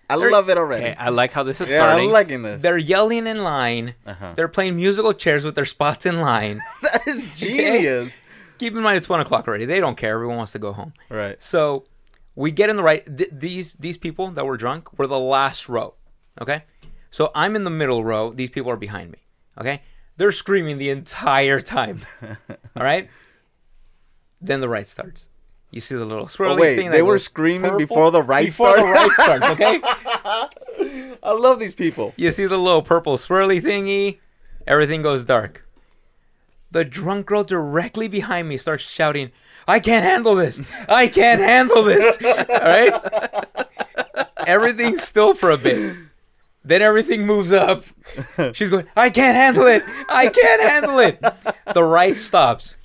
[SPEAKER 3] I love it already.
[SPEAKER 1] Okay, I like how this is
[SPEAKER 3] yeah,
[SPEAKER 1] starting.
[SPEAKER 3] I'm liking this.
[SPEAKER 4] they're yelling in line. They're playing musical chairs with their spots in line.
[SPEAKER 3] that is genius.
[SPEAKER 4] Keep in mind it's one o'clock already. They don't care. Everyone wants to go home.
[SPEAKER 3] right.
[SPEAKER 4] So we get in the right. Th- these these people that were drunk were the last row. Okay, so I'm in the middle row. These people are behind me. Okay, they're screaming the entire time. All right. Then the right starts. You see the little swirly
[SPEAKER 3] Oh, wait,
[SPEAKER 4] thing.
[SPEAKER 3] they
[SPEAKER 4] that
[SPEAKER 3] were
[SPEAKER 4] goes
[SPEAKER 3] screaming
[SPEAKER 4] purple?
[SPEAKER 3] before the right
[SPEAKER 4] before
[SPEAKER 3] started?
[SPEAKER 4] the right starts. Okay.
[SPEAKER 3] I love these people.
[SPEAKER 4] You see the little purple swirly thingy. Everything goes dark. The drunk girl directly behind me starts shouting, I can't handle this. I can't handle this. All right? Everything's still for a bit. Then everything moves up. She's going, I can't handle it. I can't handle it. The ride stops.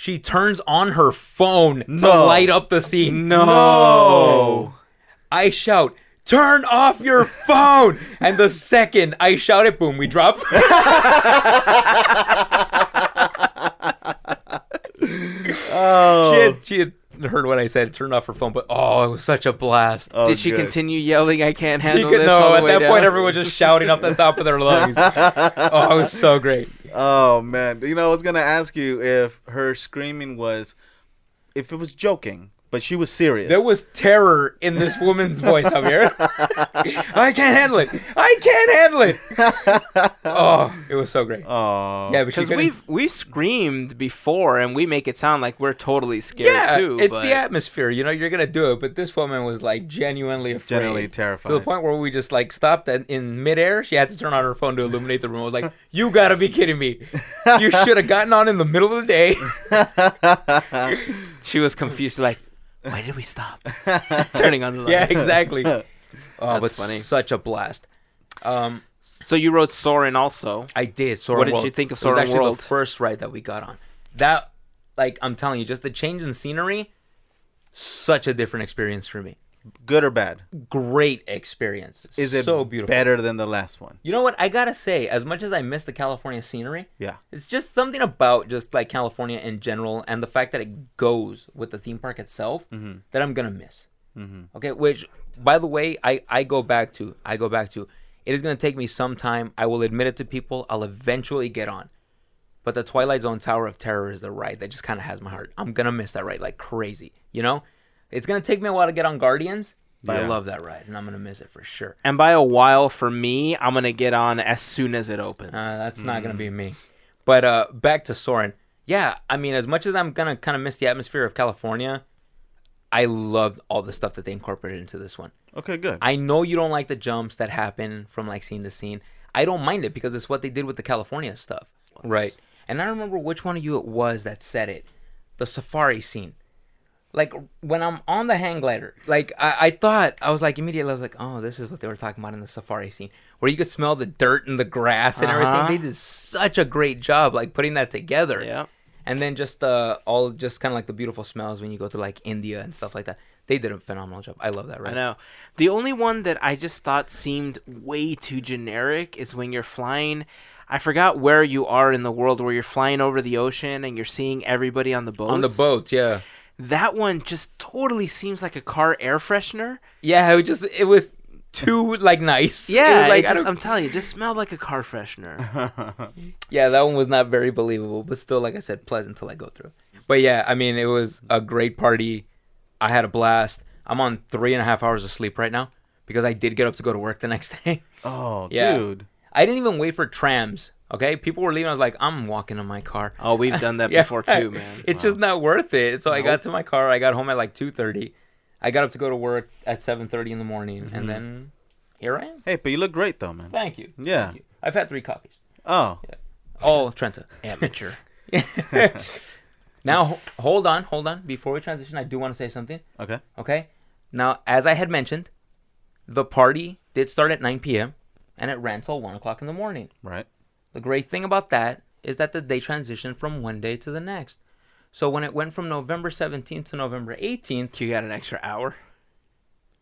[SPEAKER 4] She turns on her phone to
[SPEAKER 3] No.
[SPEAKER 4] light up the scene.
[SPEAKER 1] no.
[SPEAKER 3] Oh.
[SPEAKER 4] I shout, "Turn off your phone!" and the second I shout it, boom, we drop.
[SPEAKER 3] Oh.
[SPEAKER 4] she, had, she had heard what I said, turned off her phone, but oh, it was such a blast.
[SPEAKER 3] Oh,
[SPEAKER 1] Did she
[SPEAKER 3] good.
[SPEAKER 1] continue yelling? I can't
[SPEAKER 4] she
[SPEAKER 1] handle
[SPEAKER 4] could
[SPEAKER 1] this. all
[SPEAKER 4] no.
[SPEAKER 1] the
[SPEAKER 4] At
[SPEAKER 1] way
[SPEAKER 4] that
[SPEAKER 1] down?
[SPEAKER 4] point, everyone was just shouting off the top of their lungs. oh, it was so great.
[SPEAKER 3] Oh man, you know I was gonna ask you if her screaming was, if it was joking, but she was serious.
[SPEAKER 4] There was terror in this woman's voice up here. I can't handle it. I can't handle it. oh, it was so great.
[SPEAKER 3] Oh.
[SPEAKER 4] yeah, but she
[SPEAKER 1] because
[SPEAKER 4] couldn't-
[SPEAKER 1] we've we've screamed before and we make it sound like we're totally scared
[SPEAKER 4] yeah,
[SPEAKER 1] too.
[SPEAKER 4] it's
[SPEAKER 1] but
[SPEAKER 4] the atmosphere. You know, you're gonna do it, but this woman was like genuinely afraid,
[SPEAKER 3] Genuinely terrified.
[SPEAKER 4] to the point where we just like stopped and in midair. She had to turn on her phone to illuminate the room. I was like, "You gotta be kidding me! You should have gotten on in the middle of the day."
[SPEAKER 1] she was confused, like, why did we stop? Turning on the light.
[SPEAKER 4] yeah, exactly. Oh, but
[SPEAKER 1] funny.
[SPEAKER 4] Such a blast. Um,
[SPEAKER 1] So you wrote Soren also.
[SPEAKER 4] I did. Soarin'
[SPEAKER 1] What did
[SPEAKER 4] World.
[SPEAKER 1] you think of
[SPEAKER 4] It was
[SPEAKER 1] Soarin'
[SPEAKER 4] actually
[SPEAKER 1] World?
[SPEAKER 4] the first ride that we got on. That, like, I'm telling you, just the change in scenery, such a different experience for me.
[SPEAKER 3] Good or bad?
[SPEAKER 4] Great experience.
[SPEAKER 3] Is it
[SPEAKER 4] so beautiful?
[SPEAKER 3] better than the last one?
[SPEAKER 4] You know what? I gotta say, as much as I miss the California scenery,
[SPEAKER 3] Yeah.
[SPEAKER 4] it's just something about just like California in general and the fact that it goes with the theme park itself
[SPEAKER 3] Mm-hmm.
[SPEAKER 4] that I'm gonna miss. Okay, which by the way, I I go back to I go back to. It is gonna take me some time. I will admit it to people. I'll eventually get on. But the Twilight Zone Tower of Terror is the ride that just kind of has my heart. I'm gonna miss that ride like crazy. You know, it's gonna take me a while to get on Guardians, but I
[SPEAKER 3] Yeah.
[SPEAKER 4] love that ride and I'm gonna miss it for sure.
[SPEAKER 1] And by a while for me, I'm gonna get on as soon as it opens.
[SPEAKER 4] Uh, that's not gonna be me. But uh, back to Soren. Yeah, I mean, as much as I'm gonna kind of miss the atmosphere of California, I loved all the stuff that they incorporated into this one.
[SPEAKER 3] Okay, good.
[SPEAKER 4] I know you don't like the jumps that happen from like scene to scene. I don't mind it because it's what they did with the California stuff. Right. And I don't remember which one of you it was that said it. The safari scene. like when I'm on the hang glider, like I, I thought I was like immediately I was like, oh, this is what they were talking about in the safari scene, where you could smell the dirt and the grass and
[SPEAKER 1] Uh-huh.
[SPEAKER 4] everything. They did such a great job like putting that together.
[SPEAKER 1] Yeah.
[SPEAKER 4] And then just uh, all just kind of like the beautiful smells when you go to like India and stuff like that. They did a phenomenal job. I love that. Right.
[SPEAKER 1] I know. The only one that I just thought seemed way too generic is when you're flying. I forgot where you are in the world where you're flying over the ocean and you're seeing everybody on the boat.
[SPEAKER 4] On the boat, yeah.
[SPEAKER 1] That one just totally seems like a car air freshener.
[SPEAKER 4] Yeah, it was just it was too like nice. It
[SPEAKER 1] Yeah,
[SPEAKER 4] was,
[SPEAKER 1] like,
[SPEAKER 4] like I
[SPEAKER 1] I'm
[SPEAKER 4] don't,
[SPEAKER 1] telling you, it just smelled like a car freshener.
[SPEAKER 4] yeah, that one was not very believable, but still, like I said, pleasant to like go through. But yeah, I mean, it was a great party. I had a blast. I'm on three and a half hours of sleep right now because I did get up to go to work the next day.
[SPEAKER 3] Oh,
[SPEAKER 4] Yeah.
[SPEAKER 3] dude.
[SPEAKER 4] I didn't even wait for trams. Okay, people were leaving. I was like, I'm walking in my car.
[SPEAKER 1] oh, we've done that
[SPEAKER 4] Yeah.
[SPEAKER 1] before too, man.
[SPEAKER 4] It's just not worth it. So I got to my car. I got home at like two thirty. I got up to go to work at seven thirty in the morning,
[SPEAKER 1] Mm-hmm.
[SPEAKER 4] and then here I am.
[SPEAKER 3] Hey, but you look great though, man.
[SPEAKER 4] Thank you.
[SPEAKER 3] Yeah.
[SPEAKER 4] Thank you. I've had three coffees.
[SPEAKER 3] Oh,
[SPEAKER 4] All Trenta.
[SPEAKER 1] Amateur.
[SPEAKER 4] Now, ho- hold on, hold on. Before we transition, I do want to say something.
[SPEAKER 3] okay.
[SPEAKER 4] Okay. Now, as I had mentioned, the party did start at 9 p.m. and it ran till 1 o'clock in the morning.
[SPEAKER 3] Right.
[SPEAKER 4] The great thing about that is that the, they transitioned from one day to the next. So when it went from November 17th to November 18th,
[SPEAKER 1] you got an extra hour?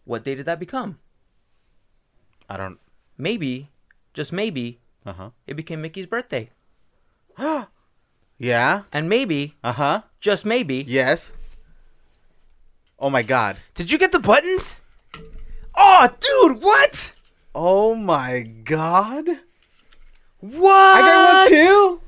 [SPEAKER 4] what day did that become?
[SPEAKER 3] I don't.
[SPEAKER 4] Maybe, just maybe,
[SPEAKER 3] Uh huh.
[SPEAKER 4] it became Mickey's birthday.
[SPEAKER 3] Yeah.
[SPEAKER 4] And maybe,
[SPEAKER 3] Uh huh.
[SPEAKER 4] just maybe,
[SPEAKER 3] Yes. Oh my god.
[SPEAKER 1] Did you get the buttons? Oh, dude, what?
[SPEAKER 3] Oh my god.
[SPEAKER 1] What?
[SPEAKER 3] I got one too.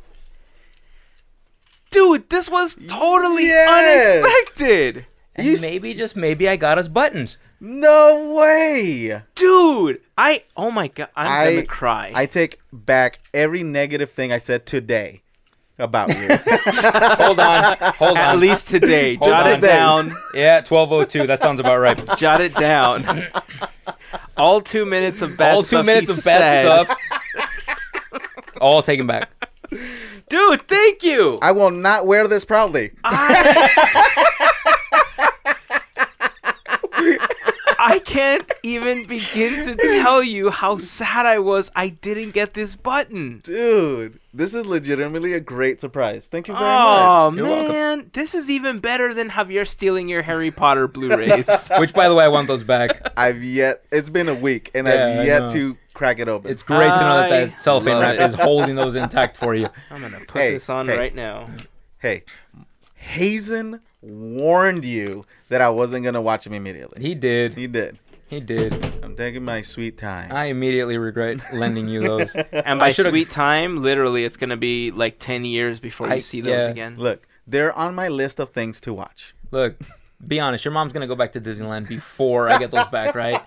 [SPEAKER 1] Dude, this was totally
[SPEAKER 3] Yes.
[SPEAKER 1] unexpected.
[SPEAKER 4] and
[SPEAKER 3] You s-
[SPEAKER 4] maybe, just maybe, I got us buttons.
[SPEAKER 3] No way.
[SPEAKER 1] Dude, I oh my god, I'm
[SPEAKER 3] I-
[SPEAKER 1] gonna cry.
[SPEAKER 3] I take back every negative thing I said today about you.
[SPEAKER 4] Hold on, hold on.
[SPEAKER 1] At least today,
[SPEAKER 4] Hold
[SPEAKER 1] jot
[SPEAKER 4] on.
[SPEAKER 1] it down.
[SPEAKER 4] Yeah, twelve oh two. That sounds about right.
[SPEAKER 1] jot it down. All two minutes of bad
[SPEAKER 4] All
[SPEAKER 1] stuff
[SPEAKER 4] two
[SPEAKER 1] he
[SPEAKER 4] minutes of
[SPEAKER 1] said.
[SPEAKER 4] bad stuff. All taken back.
[SPEAKER 1] Dude, thank you.
[SPEAKER 3] I will not wear this proudly.
[SPEAKER 1] I can't even begin to tell you how sad I was I didn't get this button.
[SPEAKER 3] Dude, this is legitimately a great surprise. Thank you very
[SPEAKER 1] Oh
[SPEAKER 3] much.
[SPEAKER 4] You're welcome.
[SPEAKER 1] man, this is even better than Javier stealing your Harry Potter Blu-rays.
[SPEAKER 4] Which, by the way, I want those back.
[SPEAKER 3] I've yet it's been a week and
[SPEAKER 4] Yeah, I
[SPEAKER 3] I've yet
[SPEAKER 4] know.
[SPEAKER 3] to crack it open.
[SPEAKER 4] It's great to know that
[SPEAKER 1] I
[SPEAKER 4] that cellophane
[SPEAKER 3] love
[SPEAKER 4] wrap
[SPEAKER 3] it.
[SPEAKER 4] is holding those intact for you.
[SPEAKER 1] I'm gonna put
[SPEAKER 3] Hey,
[SPEAKER 1] this on
[SPEAKER 3] hey.
[SPEAKER 1] right now.
[SPEAKER 3] hey, Hazen warned you that I wasn't gonna watch him immediately.
[SPEAKER 4] He did.
[SPEAKER 3] He did.
[SPEAKER 4] He did.
[SPEAKER 3] I'm taking my sweet time.
[SPEAKER 4] I immediately regret lending you those.
[SPEAKER 1] And by
[SPEAKER 4] should've-
[SPEAKER 1] sweet time, literally, it's gonna be like ten years before
[SPEAKER 4] I-
[SPEAKER 1] you see those
[SPEAKER 4] yeah.
[SPEAKER 1] again.
[SPEAKER 3] Look, they're on my list of things to watch.
[SPEAKER 4] Look, be honest. Your mom's gonna go back to Disneyland before I get those back, right?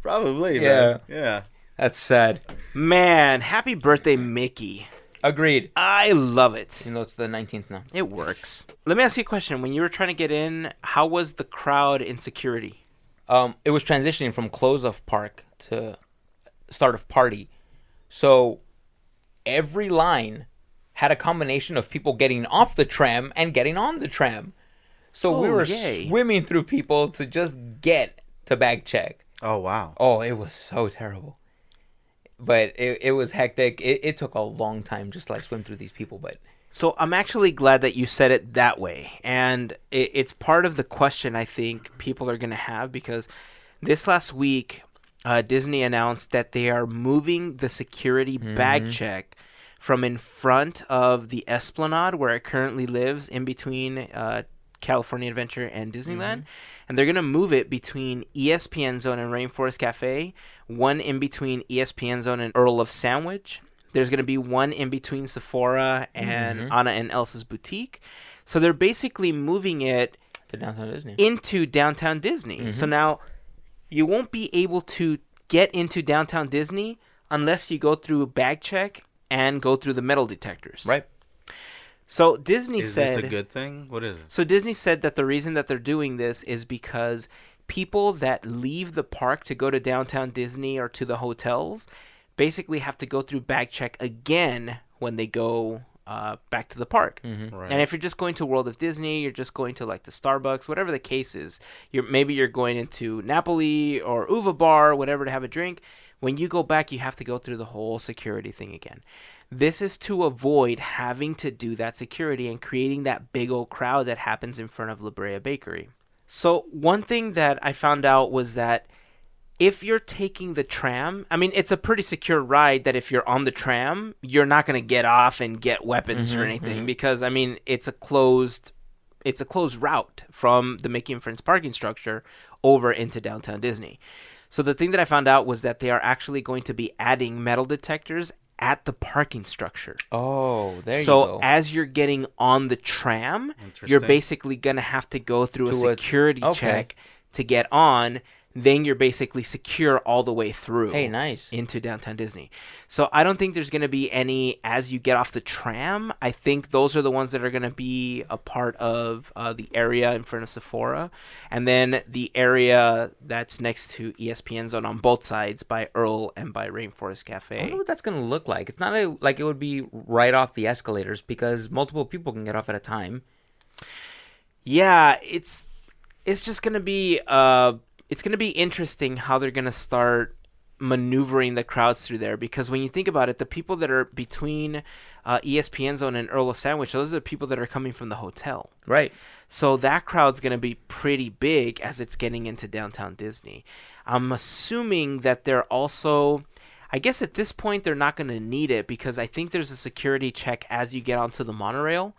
[SPEAKER 3] Probably, man. Yeah.
[SPEAKER 4] That's sad.
[SPEAKER 1] Man, happy birthday, Mickey!
[SPEAKER 4] Agreed.
[SPEAKER 1] I love it.
[SPEAKER 4] Even though it's the nineteenth now.
[SPEAKER 1] It works. Let me ask you a question. When you were trying to get in, how was the crowd in security?
[SPEAKER 4] um, it was transitioning from close of park to start of party. So every line had a combination of people getting off the tram and getting on the tram. So we
[SPEAKER 1] Oh,
[SPEAKER 4] were
[SPEAKER 1] yay.
[SPEAKER 4] swimming through people to just get to bag check.
[SPEAKER 3] Oh wow.
[SPEAKER 4] Oh, it was so terrible. But it, it was hectic. It, it took a long time just to, like swim through these people. But
[SPEAKER 1] So I'm actually glad that you said it that way, and it, it's part of the question I think people are gonna have because this last week, uh, Disney announced that they are moving the security bag check from in front of the Esplanade where it currently lives, in between uh, California Adventure and Disneyland, and they're gonna move it between E ESPN Zone and Rainforest Cafe, one in between E ESPN Zone and Earl of Sandwich. There's going to be one in between Sephora and
[SPEAKER 3] Mm-hmm.
[SPEAKER 1] Anna and Elsa's boutique. So they're basically moving it
[SPEAKER 4] to downtown Disney.
[SPEAKER 1] into downtown Disney. So
[SPEAKER 3] Mm-hmm.
[SPEAKER 1] now you won't be able to get into downtown Disney unless you go through bag check and go through the metal detectors.
[SPEAKER 4] right?
[SPEAKER 1] So Disney
[SPEAKER 3] Is
[SPEAKER 1] said
[SPEAKER 3] this a good thing? What is it?
[SPEAKER 1] so Disney said that the reason that they're doing this is because people that leave the park to go to downtown Disney or to the hotels basically have to go through bag check again when they go uh, back to the park.
[SPEAKER 3] Right.
[SPEAKER 1] And if you're just going to World of Disney, you're just going to like the Starbucks, whatever the case is. You're maybe you're going into Napoli or Uva Bar, whatever to have a drink. When you go back, you have to go through the whole security thing again. This is to avoid having to do that security and creating that big old crowd that happens in front of La Brea Bakery. So one thing that I found out was that if you're taking the tram, I mean, it's a pretty secure ride that if you're on the tram, you're not going to get off and get weapons or anything because I mean, it's a closed it's a closed route from the Mickey and Friends parking structure over into downtown Disney. So the thing that I found out was that they are actually going to be adding metal detectors at the parking structure
[SPEAKER 4] Oh, there
[SPEAKER 1] so
[SPEAKER 4] you go.
[SPEAKER 1] as you're getting on the tram, you're
[SPEAKER 3] Interesting.
[SPEAKER 1] basically gonna have to go through
[SPEAKER 4] Through
[SPEAKER 1] a
[SPEAKER 4] a-
[SPEAKER 1] security
[SPEAKER 4] okay.
[SPEAKER 1] check to get on. Then you're basically secure all the way through.
[SPEAKER 4] Hey, nice.
[SPEAKER 1] Into downtown Disney. So I don't think there's gonna be any as you get off the tram. I think those are the ones that are gonna be a part of uh, the area in front of Sephora, and then the area that's next to E ESPN Zone on both sides by Earl and by Rainforest
[SPEAKER 4] I wonder
[SPEAKER 1] Cafe.
[SPEAKER 4] what that's gonna look like. It's not a, like it would be right off the escalators because multiple people can get off at a time.
[SPEAKER 1] yeah it's it's just gonna be uh it's gonna be interesting how they're gonna start maneuvering the crowds through there because when you think about it the people that are between uh, espn zone and earl of sandwich those are the people that are coming from the hotel
[SPEAKER 4] Right.
[SPEAKER 1] so that crowd's going to be pretty big as it's getting into downtown Disney. I'm assuming that they're also I guess at this point they're not going to need it because I think there's a security check as you get onto the monorail.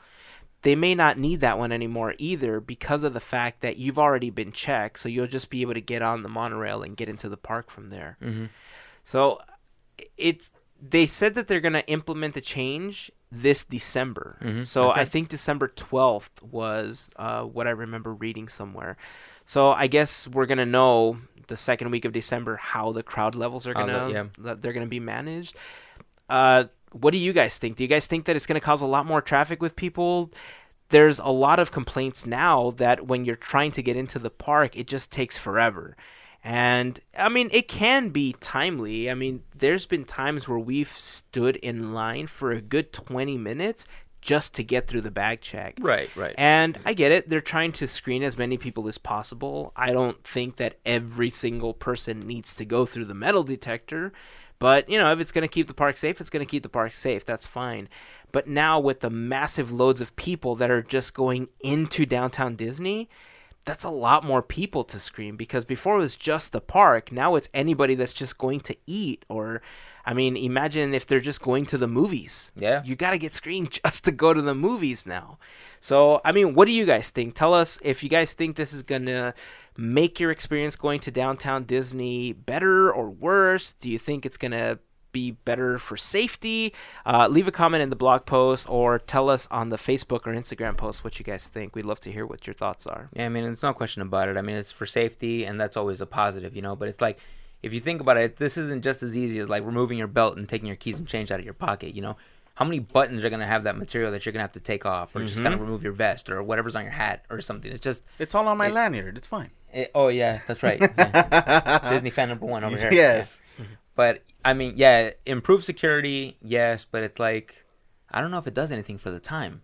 [SPEAKER 1] They may not need that one anymore either because of the fact that you've already been checked, so you'll just be able to get on the monorail and get into the park from there. So it's they said that they're going to implement the change this December.
[SPEAKER 4] Mm-hmm.
[SPEAKER 1] So I think December 12th was uh, what I remember reading somewhere. So I guess we're going to know the second week of December how the crowd levels are
[SPEAKER 4] How
[SPEAKER 1] going
[SPEAKER 4] the- yeah.
[SPEAKER 1] to that they're going to be managed. Uh, what do you guys think? Do you guys think that it's going to cause a lot more traffic with people? There's a lot of complaints now that when you're trying to get into the park, it just takes forever. And I mean, it can be timely. I mean, there's been times where we've stood in line for a good 20 minutes just to get through the bag check.
[SPEAKER 4] Right. Right.
[SPEAKER 1] And I get it. They're trying to screen as many people as possible. I don't think that every single person needs to go through the metal detector. But, you know, if it's going to keep the park safe, it's going to keep the park safe. That's fine. But now with the massive loads of people that are just going into downtown Disney, that's a lot more people to screen because before it was just the park. Now it's anybody that's just going to eat or, I mean, imagine if they're just going to the movies.
[SPEAKER 4] Yeah.
[SPEAKER 1] You got to get screened just to go to the movies now. So, I mean, what do you guys think? Tell us if you guys think this is going to make your experience going to downtown Disney better or worse. Do you think it's going to be better for safety? Uh, leave a comment in the blog post or tell us on the Facebook or Instagram post what you guys think. We'd love to hear what your thoughts are.
[SPEAKER 4] Yeah, I mean, it's no question about it. I mean, it's for safety, and that's always a positive, you know. But it's like, if you think about it, this isn't just as easy as like removing your belt and taking your keys and change out of your pocket, you know. How many buttons are going to have that material that you're going to have to take off, or just kind of remove your vest, or whatever's on your hat, or something? It's just,
[SPEAKER 3] It's all on my lanyard. It's fine.
[SPEAKER 4] eh, oh yeah, that's right. Yeah. Disney fan number one over here.
[SPEAKER 3] Yes.
[SPEAKER 4] But I mean, yeah, improve security, yes, but it's like, I don't know if it does anything for the time.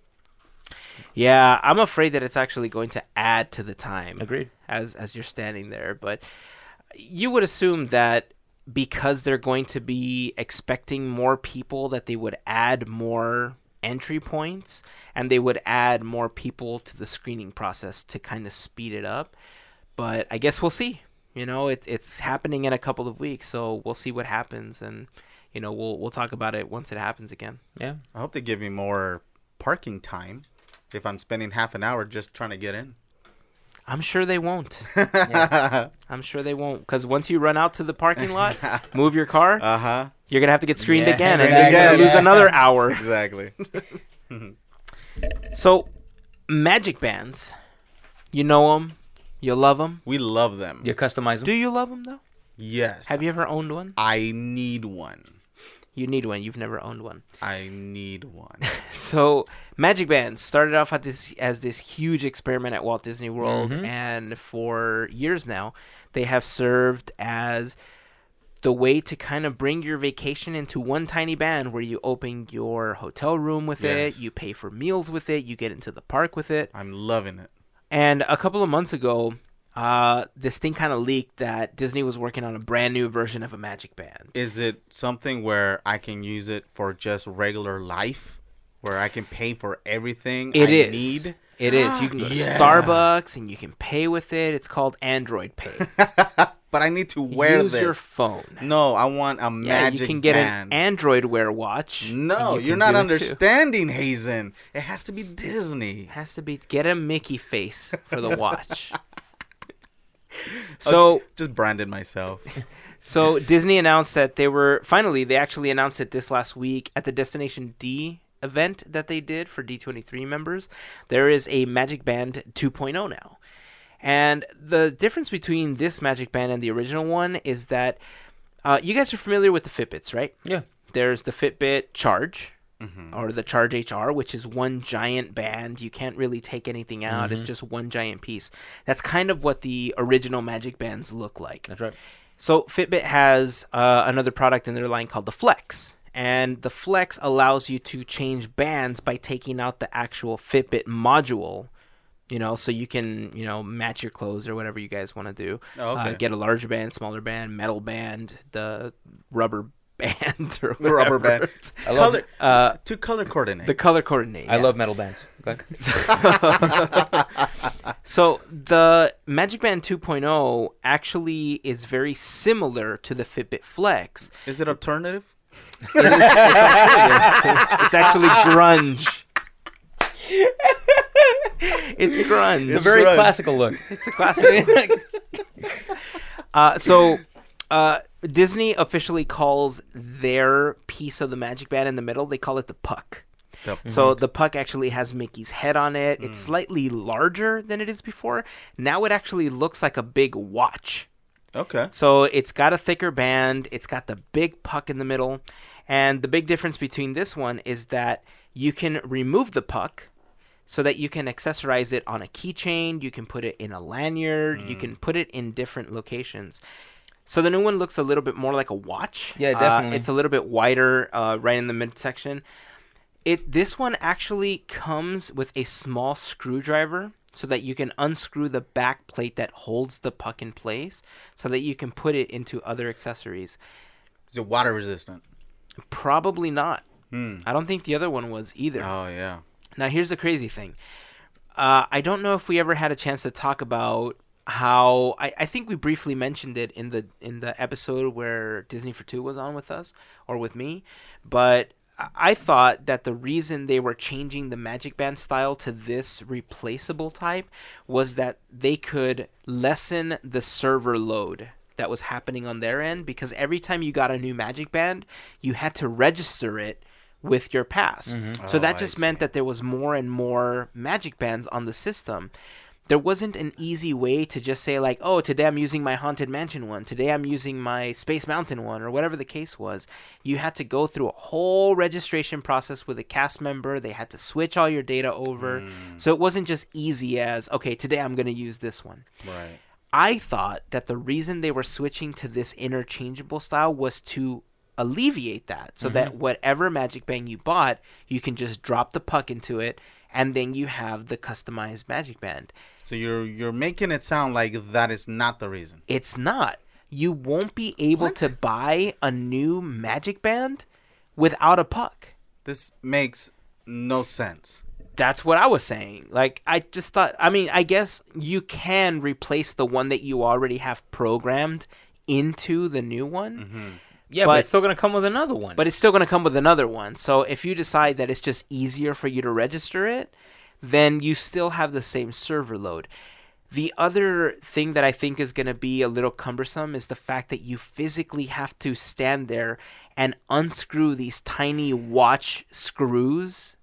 [SPEAKER 1] Yeah, I'm afraid that it's actually going to add to the time.
[SPEAKER 4] Agreed.
[SPEAKER 1] As as you're standing there, but you would assume that because they're going to be expecting more people that they would add more entry points and they would add more people to the screening process to kind of speed it up. But I guess we'll see. You know, it's it's happening in a couple of weeks, so we'll see what happens and you know, we'll we'll talk about it once it happens again.
[SPEAKER 4] Yeah,
[SPEAKER 3] I hope they give me more parking time if I'm spending half an hour just trying to get in.
[SPEAKER 1] I'm sure they won't. I'm sure they won't because once you run out to the parking lot, move your car,
[SPEAKER 3] Uh huh.
[SPEAKER 1] you're gonna have to get screened
[SPEAKER 4] Yeah,
[SPEAKER 1] again, and
[SPEAKER 4] screened
[SPEAKER 1] then you're gonna
[SPEAKER 3] again,
[SPEAKER 1] lose
[SPEAKER 4] yeah.
[SPEAKER 1] another hour.
[SPEAKER 3] Exactly.
[SPEAKER 1] So, magic bands, you know them, you love them.
[SPEAKER 3] we love them.
[SPEAKER 4] you customize them.
[SPEAKER 1] Mm. Do you love them though?
[SPEAKER 3] Yes.
[SPEAKER 1] Have you ever owned one?
[SPEAKER 3] I need one.
[SPEAKER 1] You need one. You've never owned one.
[SPEAKER 3] I need one.
[SPEAKER 1] So, Magic Bands started off at this as this huge experiment at Walt Disney
[SPEAKER 3] Mm-hmm.
[SPEAKER 1] World, and for years now, they have served as the way to kind of bring your vacation into one tiny band where you open your hotel room with
[SPEAKER 3] Yes.
[SPEAKER 1] it, you pay for meals with it, you get into the park with it.
[SPEAKER 3] I'm loving it.
[SPEAKER 1] And a couple of months ago, uh, this thing kind of leaked that Disney was working on a brand new version of a Magic Band.
[SPEAKER 3] Is it something where I can use it for just regular life, where I can pay for everything
[SPEAKER 1] It
[SPEAKER 3] I
[SPEAKER 1] is.
[SPEAKER 3] need?
[SPEAKER 1] It is. You can go to
[SPEAKER 3] Yeah.
[SPEAKER 1] Starbucks and you can pay with it. It's called Android Pay.
[SPEAKER 3] But I need to wear
[SPEAKER 1] Use
[SPEAKER 3] this.
[SPEAKER 1] your phone.
[SPEAKER 3] no, I want a
[SPEAKER 1] Yeah,
[SPEAKER 3] magic.
[SPEAKER 1] you can get
[SPEAKER 3] band.
[SPEAKER 1] an Android Wear watch. and
[SPEAKER 3] No, you
[SPEAKER 1] can
[SPEAKER 3] are not
[SPEAKER 1] do it too.
[SPEAKER 3] understanding, Hazen. It has to be Disney.
[SPEAKER 1] Has to be get a Mickey face for the watch. so
[SPEAKER 3] Just branded myself.
[SPEAKER 1] so Disney announced that they were finally they actually announced it this last week at the Destination D event that they did for D23 members. There is a Magic Band 2.0 now. And the difference between this Magic Band and the original one is that uh, you guys are familiar with the Fitbits, right?
[SPEAKER 4] Yeah.
[SPEAKER 1] There's the Fitbit Charge or the Charge HR, which is one giant band. You can't really take anything out, it's just one giant piece. That's kind of what the original Magic Bands look like.
[SPEAKER 4] That's right.
[SPEAKER 1] So Fitbit has uh, another product in their line called the Flex, and the Flex allows you to change bands by taking out the actual Fitbit module. You know, so you can you know match your clothes or whatever you guys want to do.
[SPEAKER 3] Oh, okay.
[SPEAKER 1] Uh, get a larger band, smaller band, metal band, the rubber band or
[SPEAKER 3] The rubber
[SPEAKER 1] whatever.
[SPEAKER 3] band.
[SPEAKER 4] I love
[SPEAKER 3] color,
[SPEAKER 4] it.
[SPEAKER 3] uh, to color coordinate.
[SPEAKER 1] the color coordinate.
[SPEAKER 4] I
[SPEAKER 1] yeah.
[SPEAKER 4] love metal bands. Go ahead.
[SPEAKER 1] So the Magic Band 2.0 actually is very similar to the Fitbit Flex.
[SPEAKER 3] Is it alternative?
[SPEAKER 1] It's actually grunge. It's grunge.
[SPEAKER 4] It's a very
[SPEAKER 3] right.
[SPEAKER 4] classical look.
[SPEAKER 1] It's a classic. uh, so uh, Disney officially calls their piece of the Magic Band in the middle. They call it the puck.
[SPEAKER 3] The-
[SPEAKER 1] So the puck actually has Mickey's head on it.
[SPEAKER 4] Mm.
[SPEAKER 1] It's slightly larger than it is before. Now it actually looks like a big watch.
[SPEAKER 3] Okay.
[SPEAKER 1] So it's got a thicker band, it's got the big puck in the middle, and the big difference between this one is that you can remove the puck so that you can accessorize it on a keychain, you can put it in a lanyard,
[SPEAKER 4] Mm.
[SPEAKER 1] you can put it in different locations. So the new one looks a little bit more like a watch.
[SPEAKER 4] Yeah,
[SPEAKER 1] Uh,
[SPEAKER 4] definitely.
[SPEAKER 1] it's a little bit wider uh, right in the midsection. It this one actually comes with a small screwdriver so that you can unscrew the back plate that holds the puck in place so that you can put it into other accessories.
[SPEAKER 3] Is it water resistant?
[SPEAKER 1] Probably not. I don't think the other one was either.
[SPEAKER 3] Oh yeah.
[SPEAKER 1] Now, here's the crazy thing. Uh, I don't know if we ever had a chance to talk about how I, I think we briefly mentioned it in the in the episode where Disney for Two was on with us or with me, but I- I thought that the reason they were changing the Magic Band style to this replaceable type was that they could lessen the server load that was happening on their end because every time you got a new Magic Band, you had to register it with your pass. So
[SPEAKER 3] Oh,
[SPEAKER 1] that
[SPEAKER 3] I
[SPEAKER 1] just meant that there was more and more magic bands on the system. There wasn't an easy way to just say like, "Oh, today I'm using my Haunted Mansion one. Today I'm using my Space Mountain one or whatever the case was." You had to go through a whole registration process with a cast member. They had to switch all your data over. So it wasn't just easy as, "Okay, today I'm going to use this one."
[SPEAKER 3] Right.
[SPEAKER 1] I thought that the reason they were switching to this interchangeable style was to alleviate that so that whatever magic band you bought, you can just drop the puck into it and then you have the customized magic band.
[SPEAKER 3] So you're you're making it sound like that is not the reason.
[SPEAKER 1] It's not. You won't be able to buy a new magic band without a puck.
[SPEAKER 3] This makes no sense.
[SPEAKER 1] That's what I was saying. Like I just thought I mean, I guess you can replace the one that you already have programmed into the new one.
[SPEAKER 4] Yeah, but,
[SPEAKER 1] But-
[SPEAKER 4] it's still gonna come with another one.
[SPEAKER 1] but it's still going to come with another one. So if you decide that it's just easier for you to register it, then you still have the same server load. The other thing that I think is going to be a little cumbersome is the fact that you physically have to stand there and unscrew these tiny watch screws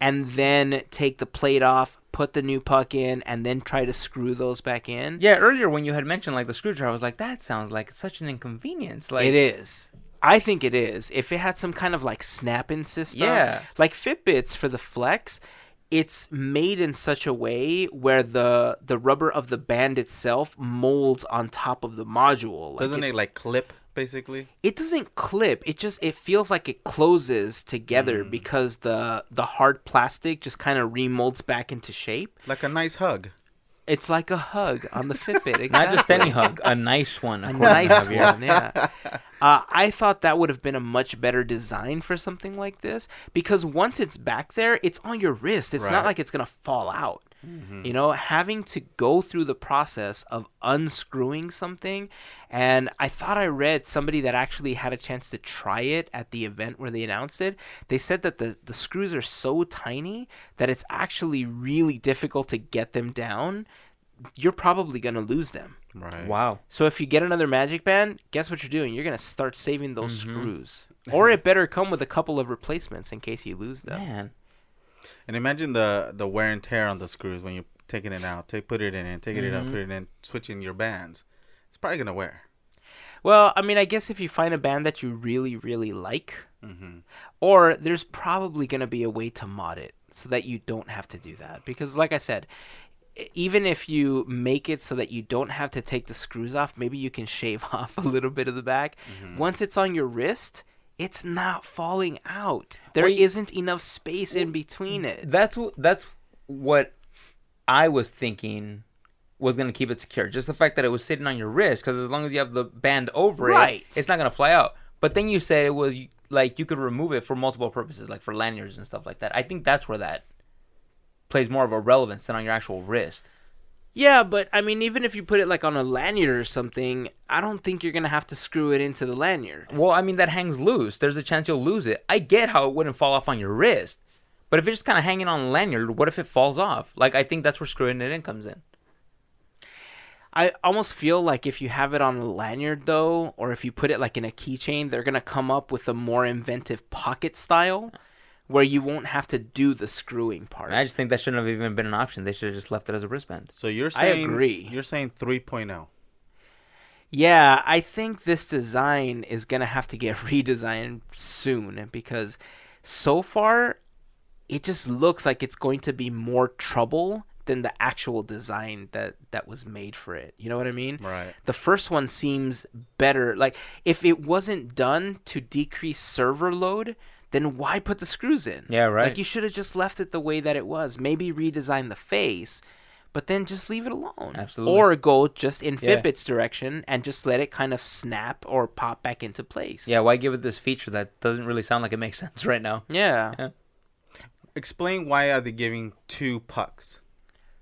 [SPEAKER 1] and then take the plate off, put the new puck in, and then try to screw those back in.
[SPEAKER 4] yeah, earlier when you had mentioned like the screwdriver, I was like, that sounds like such an inconvenience. Like
[SPEAKER 1] It is. I think it is. If it had some kind of like snap in system,
[SPEAKER 4] Yeah.
[SPEAKER 1] like Fitbits for the Flex, it's made in such a way where the the rubber of the band itself molds on top of the module. Like
[SPEAKER 3] Doesn't
[SPEAKER 1] it's-
[SPEAKER 3] it like clip? basically.
[SPEAKER 1] it doesn't clip it just it feels like it closes together because the the hard plastic just kind of remolds back into shape
[SPEAKER 3] Like a nice hug.
[SPEAKER 1] it's like a hug on the fitbit exactly.
[SPEAKER 4] Not just any hug, a nice one.
[SPEAKER 1] a
[SPEAKER 4] according to
[SPEAKER 1] nice
[SPEAKER 4] Javier.
[SPEAKER 1] one yeah uh, i thought that would have been a much better design for something like this because once it's back there it's on your wrist it's
[SPEAKER 3] Right.
[SPEAKER 1] not like it's gonna fall out you know having to go through the process of unscrewing something and i thought i read somebody that actually had a chance to try it at the event where they announced it they said that the, the screws are so tiny that it's actually really difficult to get them down you're probably gonna lose them
[SPEAKER 3] Right.
[SPEAKER 4] Wow.
[SPEAKER 1] so if you get another magic band, guess what you're doing? You're gonna start saving those screws, or it better come with a couple of replacements in case you lose them.
[SPEAKER 4] Man.
[SPEAKER 3] And imagine the the wear and tear on the screws when you're taking it out, take put it in and taking
[SPEAKER 1] Mm-hmm.
[SPEAKER 3] it out, put it in, switching your bands. It's probably gonna wear.
[SPEAKER 1] Well, I mean, I guess if you find a band that you really, really like, or there's probably gonna be a way to mod it so that you don't have to do that. Because, like I said, e- even if you make it so that you don't have to take the screws off, maybe you can shave off a little bit of the back. Once it's on your wrist. It's not falling out. There
[SPEAKER 4] Wait.
[SPEAKER 1] not enough space in between it.
[SPEAKER 4] That's wh- that's what I was thinking was going to keep it secure. Just the fact that it was sitting on your wrist cuz as long as you have the band over
[SPEAKER 1] Right.
[SPEAKER 4] it, it's not going to fly out. But then you said it was like you could remove it for multiple purposes like for lanyards and stuff like that. I think that's where that plays more of a relevance than on your actual wrist.
[SPEAKER 1] Yeah, but I mean, even if you put it like on a lanyard or something, I don't think you're gonna have to screw it into the lanyard.
[SPEAKER 4] Well, I mean that hangs loose. There's a chance you'll lose it. I get how it wouldn't fall off on your wrist. But if it's just kind of hanging on a lanyard, what if it falls off? Like I think that's where screwing it in comes in.
[SPEAKER 1] I almost feel like if you have it on a lanyard though, or if you put it like in a keychain, they're gonna come up with a more inventive pocket style where you won't have to do the screwing part.
[SPEAKER 4] And I just think that shouldn't have even been an option. They should have just left it as a wristband.
[SPEAKER 3] So you're
[SPEAKER 1] I
[SPEAKER 3] saying
[SPEAKER 1] agree.
[SPEAKER 3] you're saying oh. 3.0.
[SPEAKER 1] Yeah, I think this design is going to have to get redesigned soon because so far it just looks like it's going to be more trouble than the actual design that that was made for it. You know what I mean?
[SPEAKER 3] Right.
[SPEAKER 1] The first one seems better. Like if it wasn't done to decrease server load, then why put the screws in?
[SPEAKER 4] Yeah, right.
[SPEAKER 1] Like you should have just left it the way that it was. Maybe redesign the face, but then just leave it alone.
[SPEAKER 4] Absolutely.
[SPEAKER 1] Or go just in
[SPEAKER 4] Yeah.
[SPEAKER 1] Fitbit's direction and just let it kind of snap or pop back into place.
[SPEAKER 4] Yeah, why give it this feature that doesn't really sound like it makes sense right now?
[SPEAKER 1] Yeah.
[SPEAKER 4] Yeah.
[SPEAKER 3] Explain why are they giving two pucks?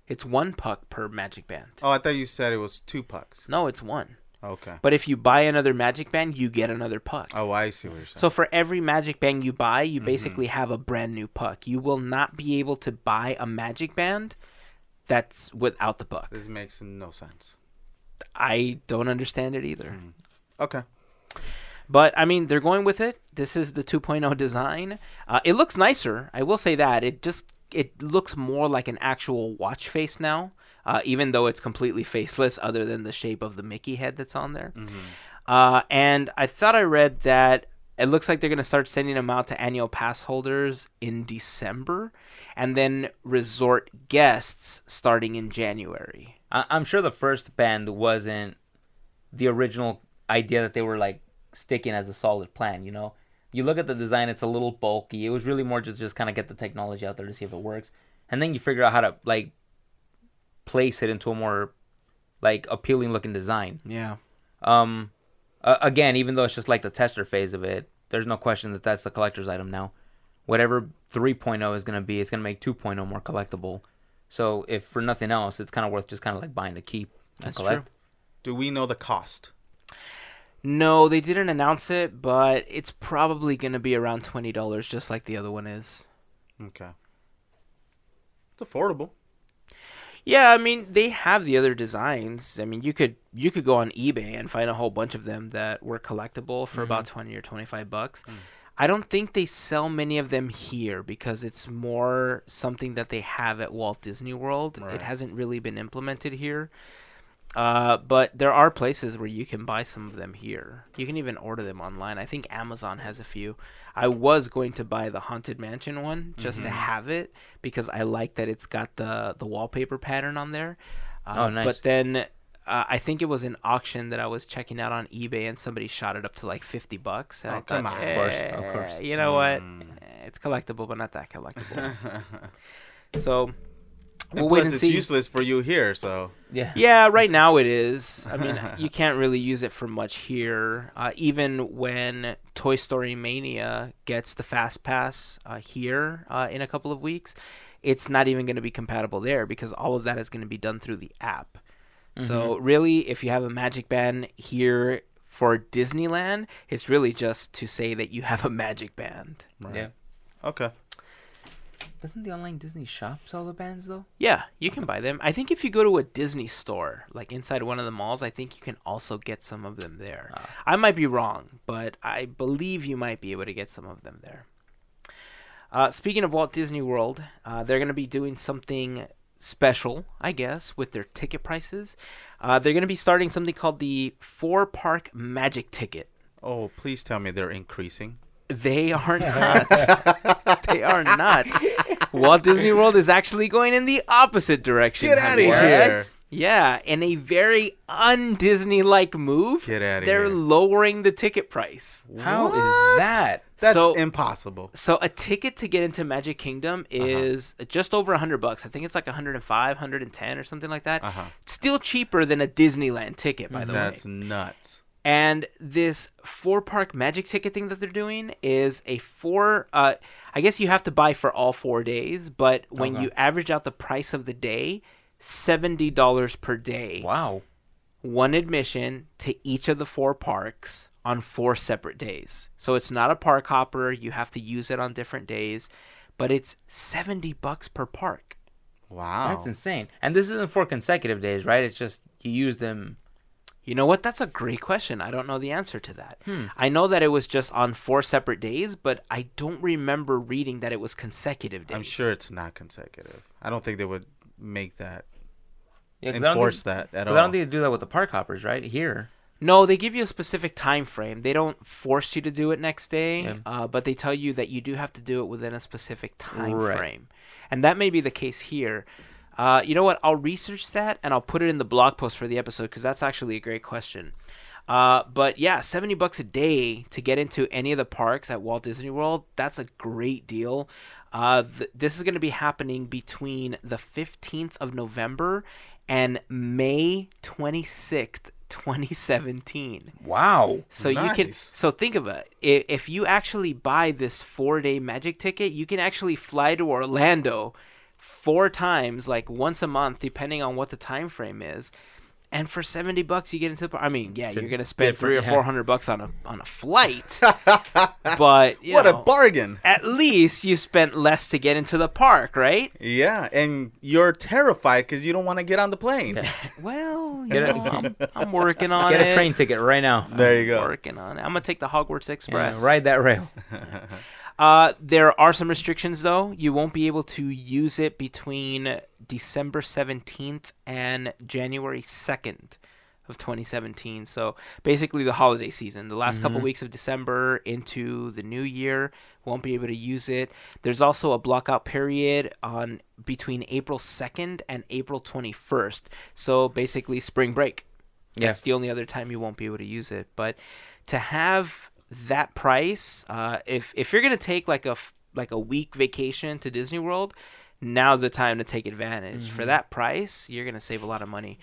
[SPEAKER 1] It's one puck per magic band.
[SPEAKER 3] Oh, I thought you said it was two pucks.
[SPEAKER 1] No, it's one.
[SPEAKER 3] Okay.
[SPEAKER 1] But if you buy another magic band, you get another puck.
[SPEAKER 3] Oh, I see what you're saying.
[SPEAKER 1] So for every magic band you buy, you
[SPEAKER 4] Mm-hmm.
[SPEAKER 1] basically have a brand new puck. You will not be able to buy a magic band that's without the puck.
[SPEAKER 3] this makes no sense.
[SPEAKER 1] I don't understand it
[SPEAKER 4] Hmm.
[SPEAKER 1] either.
[SPEAKER 3] Okay.
[SPEAKER 1] But I mean, they're going with it. This is the 2.0 design. Uh, it looks nicer. I will say that it just it looks more like an actual watch face now, uh, even though it's completely faceless, other than the shape of the Mickey head that's on there. Uh, and I thought I read that it looks like they're going to start sending them out to annual pass holders in December, and then resort guests starting in January.
[SPEAKER 4] I- I'm sure the first band wasn't the original idea that they were like sticking as a solid plan. You know, you look at the design; it's a little bulky. It was really more just just kind of get the technology out there to see if it works, and then you figure out how to like place it into a more like appealing looking design.
[SPEAKER 1] Yeah.
[SPEAKER 4] Um, uh, again, even though it's just like the tester phase of it, there's no question that that's the collector's item now. Whatever 3.0 is going to be, it's going to make 2.0 more collectible. So if for nothing else, it's kind of worth just kind of like buying to keep and
[SPEAKER 1] That's
[SPEAKER 4] collect.
[SPEAKER 1] true.
[SPEAKER 3] Do we know the cost?
[SPEAKER 1] No, they didn't announce it, but it's probably going to be around $20 just like the other one is.
[SPEAKER 3] Okay. It's affordable.
[SPEAKER 1] Yeah, I mean, they have the other designs. I mean, you could you could go on eBay and find a whole bunch of them that were collectible for about 20 or 25 bucks. I don't think they sell many of them here because it's more something that they have at Walt Disney World. It
[SPEAKER 3] Right.
[SPEAKER 1] hasn't really been implemented here. Uh, but there are places where you can buy some of them here. You can even order them online. I think Amazon has a few. I was going to buy the Haunted Mansion one just
[SPEAKER 3] Mm-hmm.
[SPEAKER 1] to have it because I like that it's got the the wallpaper pattern on there. Uh,
[SPEAKER 4] Oh, nice.
[SPEAKER 1] But then uh, I think it was an auction that I was checking out on eBay, and somebody shot it up to like fifty bucks. And
[SPEAKER 3] Oh,
[SPEAKER 1] I
[SPEAKER 3] come
[SPEAKER 1] thought,
[SPEAKER 3] on. Of course, Mm.
[SPEAKER 4] of
[SPEAKER 1] "Eh,
[SPEAKER 4] course.
[SPEAKER 1] you know what? Eh, It's collectible, but not that collectible. so we'll
[SPEAKER 3] and
[SPEAKER 1] wait
[SPEAKER 3] plus,
[SPEAKER 1] and
[SPEAKER 3] it's
[SPEAKER 1] see.
[SPEAKER 3] useless for you here. So
[SPEAKER 4] Yeah.
[SPEAKER 1] Yeah, right now it is. I mean, you can't really use it for much here. Uh, even when Toy Story Mania gets the Fast Pass uh, here uh, in a couple of weeks, it's not even going to be compatible there because all of that is going to be done through the app. So, really, if you have a Magic Band here for Disneyland, it's really just to say that you have a Magic Band.
[SPEAKER 4] Yeah.
[SPEAKER 3] okay,
[SPEAKER 4] Doesn't the online Disney shop sell the bands though?
[SPEAKER 1] Yeah, you can buy them. I think if you go to a Disney store, like inside one of the malls, I think you can also get some of them there.
[SPEAKER 3] Ah.
[SPEAKER 1] I might be wrong, but I believe you might be able to get some of them there. Uh, speaking of Walt Disney World, uh, they're going to be doing something special, I guess, with their ticket prices. Uh, they're going to be starting something called the Four Park Magic Ticket.
[SPEAKER 3] oh please tell me they're increasing.
[SPEAKER 1] They are not. they are not. Walt Disney World is actually going in the opposite direction.
[SPEAKER 3] Get out of
[SPEAKER 1] Javier.
[SPEAKER 3] here!
[SPEAKER 1] Yeah, in a very un Disney like move,
[SPEAKER 3] Get outta
[SPEAKER 1] they're
[SPEAKER 3] here.
[SPEAKER 1] lowering the ticket price.
[SPEAKER 4] How is that?
[SPEAKER 3] That's
[SPEAKER 1] so,
[SPEAKER 3] impossible.
[SPEAKER 1] so a ticket to get into Magic Kingdom
[SPEAKER 3] Uh-huh.
[SPEAKER 1] is just over 100 bucks. I think it's like 105, 110 or something like that.
[SPEAKER 3] Uh-huh.
[SPEAKER 1] Still cheaper than a Disneyland ticket, by the way.
[SPEAKER 3] That's nuts.
[SPEAKER 1] And this four park magic ticket thing that they're doing is a four. Uh, I guess you have to buy for all four days, but when you average out the price of the day, seventy dollars per day,
[SPEAKER 4] Wow.
[SPEAKER 1] one admission to each of the four parks on four separate days. So it's not a park hopper. You have to use it on different days, but it's seventy bucks per park.
[SPEAKER 3] Wow.
[SPEAKER 4] That's insane. And this isn't for consecutive days, right? It's just you use them.
[SPEAKER 1] You know what? That's a great question. I don't know the answer to that. I know that it was just on four separate days, but I don't remember reading that it was consecutive days.
[SPEAKER 3] I'm sure it's not consecutive. I don't think they would make that
[SPEAKER 4] Yeah, 'cause I don't think-
[SPEAKER 3] enforce that at
[SPEAKER 4] 'cause
[SPEAKER 3] all.
[SPEAKER 4] I don't think they do that with the park hoppers, right? Here.
[SPEAKER 1] No, they give you a specific time frame. They don't force you to do it next day,
[SPEAKER 4] Yeah.
[SPEAKER 1] uh, but they tell you that you do have to do it within a specific time
[SPEAKER 4] Right.
[SPEAKER 1] frame, and that may be the case here. Uh, you know what? I'll research that and I'll put it in the blog post for the episode because that's actually a great question. Uh, but yeah, seventy bucks a day to get into any of the parks at Walt Disney World—that's a great deal. Uh, th- this is going to be happening between the fifteenth of November and May twenty-sixth, twenty seventeen.
[SPEAKER 4] Wow.
[SPEAKER 1] So you can
[SPEAKER 3] Nice.
[SPEAKER 1] so think of it. I- If you actually buy this four day magic ticket, you can actually fly to Orlando four times, like once a month, depending on what the time frame is. And for seventy bucks, you get into. the par- I mean, yeah, you're gonna spend three or
[SPEAKER 4] different- yeah.
[SPEAKER 1] four hundred bucks on a on a flight, but you
[SPEAKER 3] what a
[SPEAKER 1] know,
[SPEAKER 3] bargain!
[SPEAKER 1] At least you spent less to get into the park, right?
[SPEAKER 3] Yeah, and you're terrified because you don't want to get on the plane.
[SPEAKER 1] Well, you
[SPEAKER 4] Get a-
[SPEAKER 1] know, I'm, I'm working on
[SPEAKER 4] Get
[SPEAKER 1] it.
[SPEAKER 4] a train ticket right now.
[SPEAKER 3] There you go.
[SPEAKER 1] Working on it. I'm gonna take the Hogwarts Express.
[SPEAKER 4] Yeah, ride that rail.
[SPEAKER 1] Uh, there are some restrictions though. You won't be able to use it between December 17th and January 2nd of 2017. So basically the holiday season, the last couple weeks of December into the new year, won't be able to use it. There's also a blockout period on between April 2nd and April 21st. So basically spring break.
[SPEAKER 4] Yeah.
[SPEAKER 1] That's the only other time you won't be able to use it. But to have that price, uh, if if you're gonna take like a f- like a week vacation to Disney World, now's the time to take advantage. For that price, you're gonna save a lot of money.